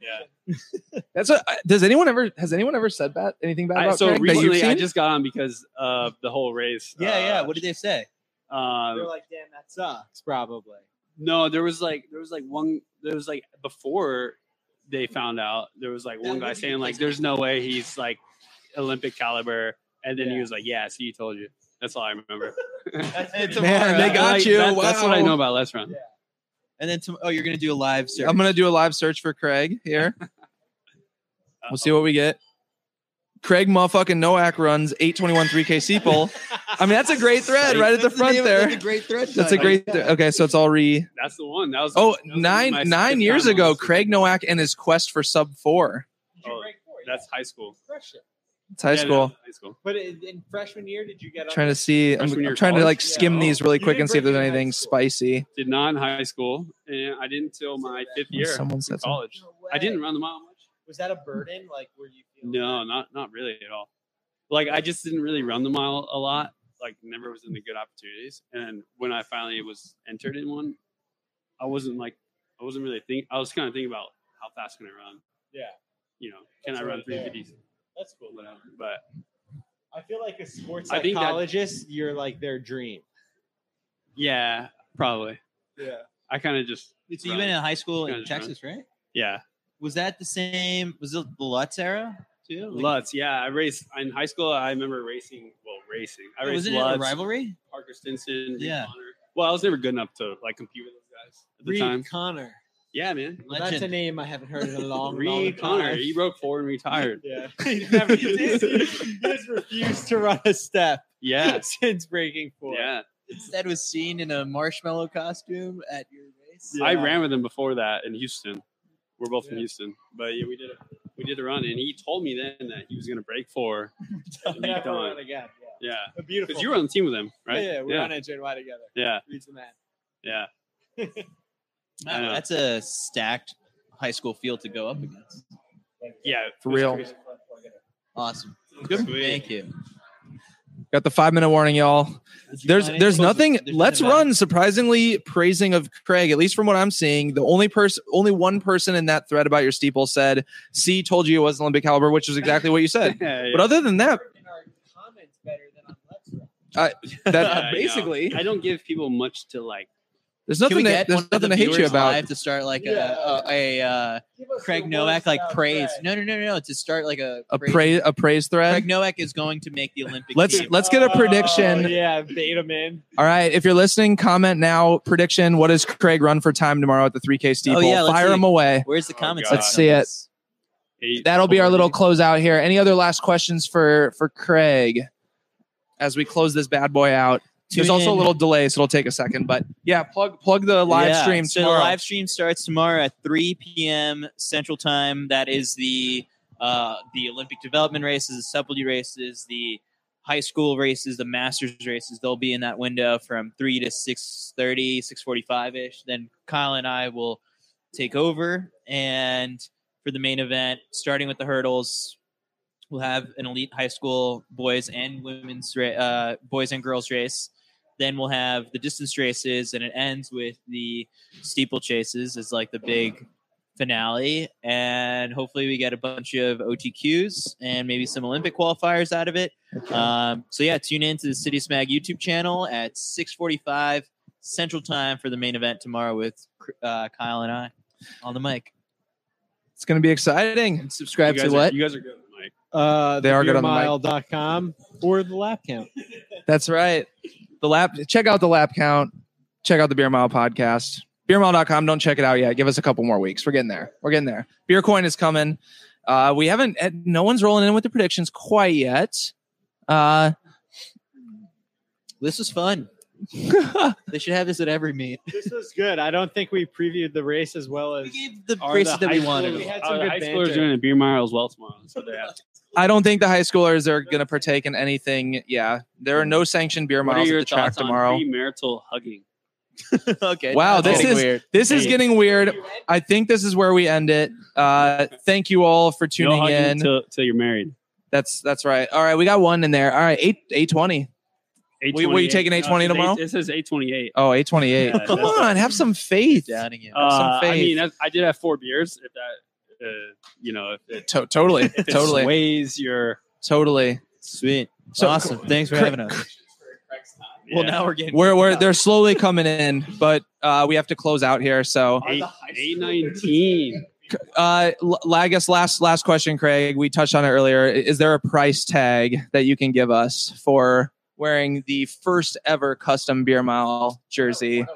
That's what, does anyone ever has anyone ever said bad anything bad I- about so Craig that you've recently, seen? I just got on because of the whole race. Yeah, yeah. What did they say? yeah. Uh, You're like, damn, that sucks. Probably. no, there was like, there was like one, there was like before they found out, there was like one guy saying like, "There's no way he's like Olympic caliber," and then he Yeah. was like, "Yeah, see, you told you." That's all I remember. Man, they got Like, you. that- That's what I Wow. know about Les Run. And then, tom- oh, you're gonna do a live search. I'm gonna do a live search for Craig here. We'll see what we get. Craig motherfucking Noack runs 821 3K steeple. I mean, that's a great thread right at the That's front name- there. That's a great thread. That's a title. great. Th- okay, so it's all re. That's the one. That was Oh, that was one of nine my nine second years time on ago, this. Craig Nowak and his quest for sub four. Oh, That's high school. It's high Yeah, no, school. high school. But in in freshman year, did you get on Trying to see. I'm, Freshman year I'm of trying to college? like Yeah. skim these really You quick didn't and see if break there's it in high anything school. spicy. Did not in high school, and I didn't till my fifth year Someone in said something. college. I didn't run the mile much. Was that a burden? Like, were you? feeling No, not not really at all. Like I just didn't really run the mile a lot. Like never was in the good opportunities. And when I finally was entered in one, I wasn't like I wasn't really think. I was kind of thinking about how fast can I run. Yeah. You know, can That's I run right there. 350s? That's cool. Whatever. But I feel like a sports I think that- psychologist, you're like their dream. yeah, probably. Yeah. I kind of just Wait, so you run. went to high school in Guys, Texas, right? yeah Was that the same? Was it the Lutz era too? Like, Lutz. Yeah, I raced in high school. I remember racing. Well, racing. I raced wasn't Oh, it a Lutz, rivalry? Parker Stinson. Reed Yeah. Connor. Well, I was never good enough to like compete with those guys at the Reed time. Connor. Yeah, man. Well, that's a Legend. name I haven't heard in a long, long Reed Connor. time. He broke four and retired. Yeah. He's never, he has refused to run a step Yeah. since breaking four. Yeah. Instead, was seen in a marshmallow costume at your race. I ran with him before that in Houston. We're both from Houston, but yeah, we did a we did a run, and he told me then that he was gonna break four. and he Never done. run again. Yeah. Yeah, A beautiful. because you were on the team with him, right? Yeah, we're yeah, on NJNY together. yeah, Reed's the man. yeah. I know. Wow, that's a stacked high school field to go up against. Yeah, For real. Awesome. Sweet. Thank you. Got the five minute warning, y'all. There's there's nothing. Let's run. Surprisingly praising of Craig, at least from what I'm seeing. The only person, only one person in that thread about your steeple said, "C told you it was Olympic caliber," which is exactly what you said. Yeah, But other than that, In our comments better than on Let's Run. Yeah, I that know. basically, I don't give people much to like. there's Can we nothing. To, get one there's of the nothing to hate you viewers about. live to start like Yeah. a, a, a uh, Give us Craig your Novak worst like about praise. Craig. No, no, no, no. To start like a, A praise, a praise Craig thread. Novak is going to make the Olympic. Let's team. let's get a prediction. Oh, yeah, bait him in. All right, if you're listening, comment now. Prediction: What does Craig run for time tomorrow at the 3K steeple? Oh, yeah, let's Fire see. him away. Where's the Oh, comments? God. Let's see it. Eight, That'll be our little 40. closeout here. Any other last questions for for Craig as we close this bad boy out? There's Tune also a in. little delay, so it'll take a second. But yeah, plug plug the live Yeah, stream So tomorrow. the live stream starts tomorrow at 3 p.m. Central Time. That is the uh, the Olympic development races, the subtlety races, the high school races, the masters races. They'll be in that window from 3 to 6:30, 6:45 ish. Then Kyle and I will take over and for the main event, starting with the hurdles. We'll have an elite high school boys and women's ra- uh, boys and girls race. Then we'll have the distance races, and it ends with the steeplechases is like the big finale and hopefully we get a bunch of otqs and maybe some olympic qualifiers out of it um, so yeah tune in to the city smag youtube channel at 6.45 central time for the main event tomorrow with uh, kyle and i on the mic it's going to be exciting. And You subscribe guys to are- what? You guys are good, Mike. Uh, They are good on the mic. com or the lap count. That's right. The lap. Check out the lap count. Check out the Beer Mile podcast. Beermile.com. Don't check it out yet. Give us a couple more weeks. We're getting there. We're getting there. Beer coin is coming. Uh, we haven't. eh, No one's rolling in with the predictions quite yet. Uh, this was fun they should have this at every meet This was good. I don't think we previewed the race as well as we gave the Are races the that we high wanted schoolers- We had are some the good high schoolers banter. doing a beer mile as well tomorrow, so they have. I don't think the high schoolers are going to partake in anything. Yeah, there are no sanctioned beer What are miles at your the track thoughts on tomorrow. premarital hugging? okay Wow, that's this getting is- weird This is getting weird. I think this is where we end it. Uh, thank you all for no tuning hugging in. till, till you're married. that's that's right. All right, we got one in there. All right, eight eight twenty. Wait, were you 828. taking No, 820 it says eight- tomorrow? It says 828. Oh, 828. Yeah, Come that's- on, have some faith. doubting it Have some Uh, I faith. mean, I, I did have four beers. If that, uh, you know, if it, To- totally, if it totally, sways your. totally. sweet So- awesome thanks for Cra- having us well now we're getting We're, we're they're slowly coming in, but uh, we have to close out here. So, Eight, 819. uh, l- I guess last last question, Craig. We touched on it earlier. I- Is there a price tag that you can give us for wearing the first ever custom beer mile jersey?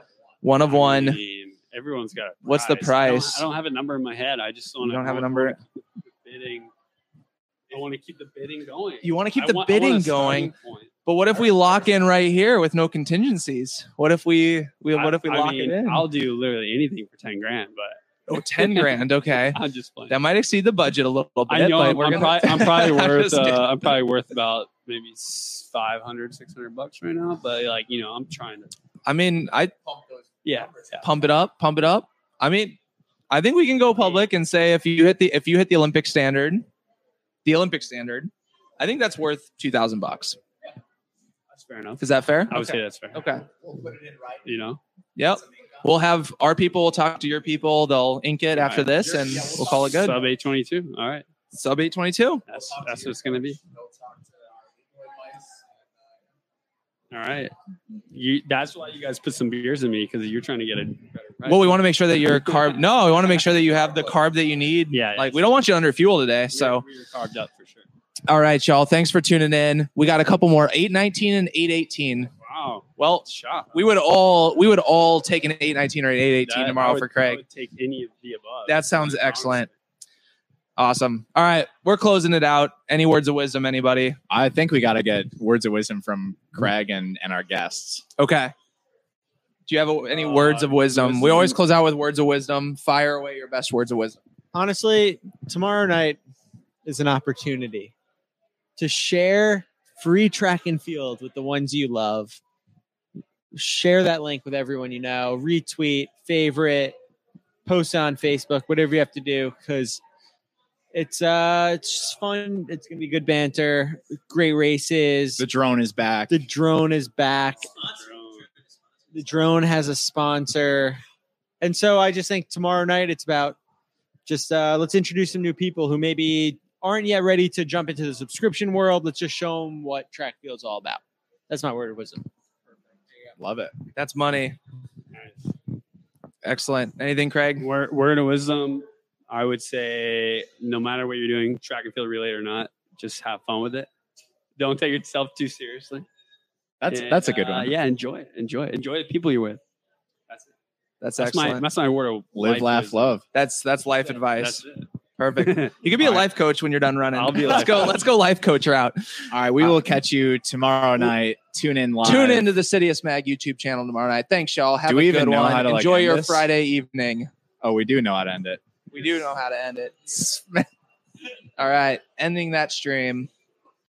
One of I one. mean, everyone's got. A What's the price? I don't, I don't have a number in my head. I just want. You don't have a number. Bidding. I want to keep the bidding going. You want to keep I the want- I want bidding a starting going, point. but what if we lock in right here with no contingencies? What if we, we I- what if we I lock mean, it in? I'll do literally anything for ten grand, but Oh, 10 grand. Okay. I'm just playing. That might exceed the budget a little bit. I know but I'm, we're I'm, gonna- probably, I'm probably I'm worth just kidding. uh, I'm probably worth about maybe s- 500 600 bucks right now but like you know I'm trying to I mean, I yeah, yeah. pump it up, pump it up. I mean, I think we can go public and say if you hit the if you hit the Olympic standard, the Olympic standard, I think that's worth two thousand bucks. that's fair enough Is that fair? I would okay. say that's fair Okay. you know Yep. We'll have our people will talk to your people. They'll ink it after Alright. this, and we'll call it good. sub 822 all right Sub eight twenty two. that's that's what it's gonna be all right you that's why you guys put some beers in me because you're trying to get a better price Well, we want to make sure that you're carb. No, we want to make sure that you have the carb that you need. Yeah, yeah. Like we don't want you under fuel today. So we were carved up for sure all right, y'all. Thanks for tuning in. We got a couple more eight nineteen and eight eighteen. wow Well, shot We would all we would all take an eight nineteen or an eight eighteen That- I tomorrow would- for I Craig. would take any of the above That sounds honestly. excellent. Awesome. All right, we're closing it out. Any words of wisdom, anybody? I think we got to get words of wisdom from Craig and, and our guests. Okay. Do you have a, any words of Uh, wisdom? We wisdom. always close out with words of wisdom. Fire away your best words of wisdom. honestly, tomorrow night is an opportunity to share free track and field with the ones you love. Share that link with everyone you know, retweet, favorite, post on Facebook, whatever you have to do cuz it's uh it's just fun. It's going to be good banter, great races. The drone is back. The drone is back. The drone has a sponsor. And so I just think tomorrow night it's about just uh, let's introduce some new people who maybe aren't yet ready to jump into the subscription world. Let's just show them what track field's all about. That's my word of wisdom. Love it. That's money. Excellent. Anything, Craig? Word, word of wisdom, I would say no matter what you're doing, track and field relay or not, just have fun with it. Don't take yourself too seriously. That's And, that's a good uh, one. yeah, enjoy it. Enjoy it. Enjoy the people you're with. That's, it. That's, that's excellent. my that's my word of Live, life laugh, is- love. that's that's life advice. That's Perfect. it. You could be a All right. life coach when you're done running. I'll be a let's life go. coach. Let's go life coach route. All right, we will catch you tomorrow night. Tune in live. Tune into the City of Smag YouTube channel tomorrow night. Thanks, y'all. Have a Do we good even know one. how to, like, Enjoy end your this? Friday evening. Oh, we do know how to end it. We do know how to end it. All right, ending that stream.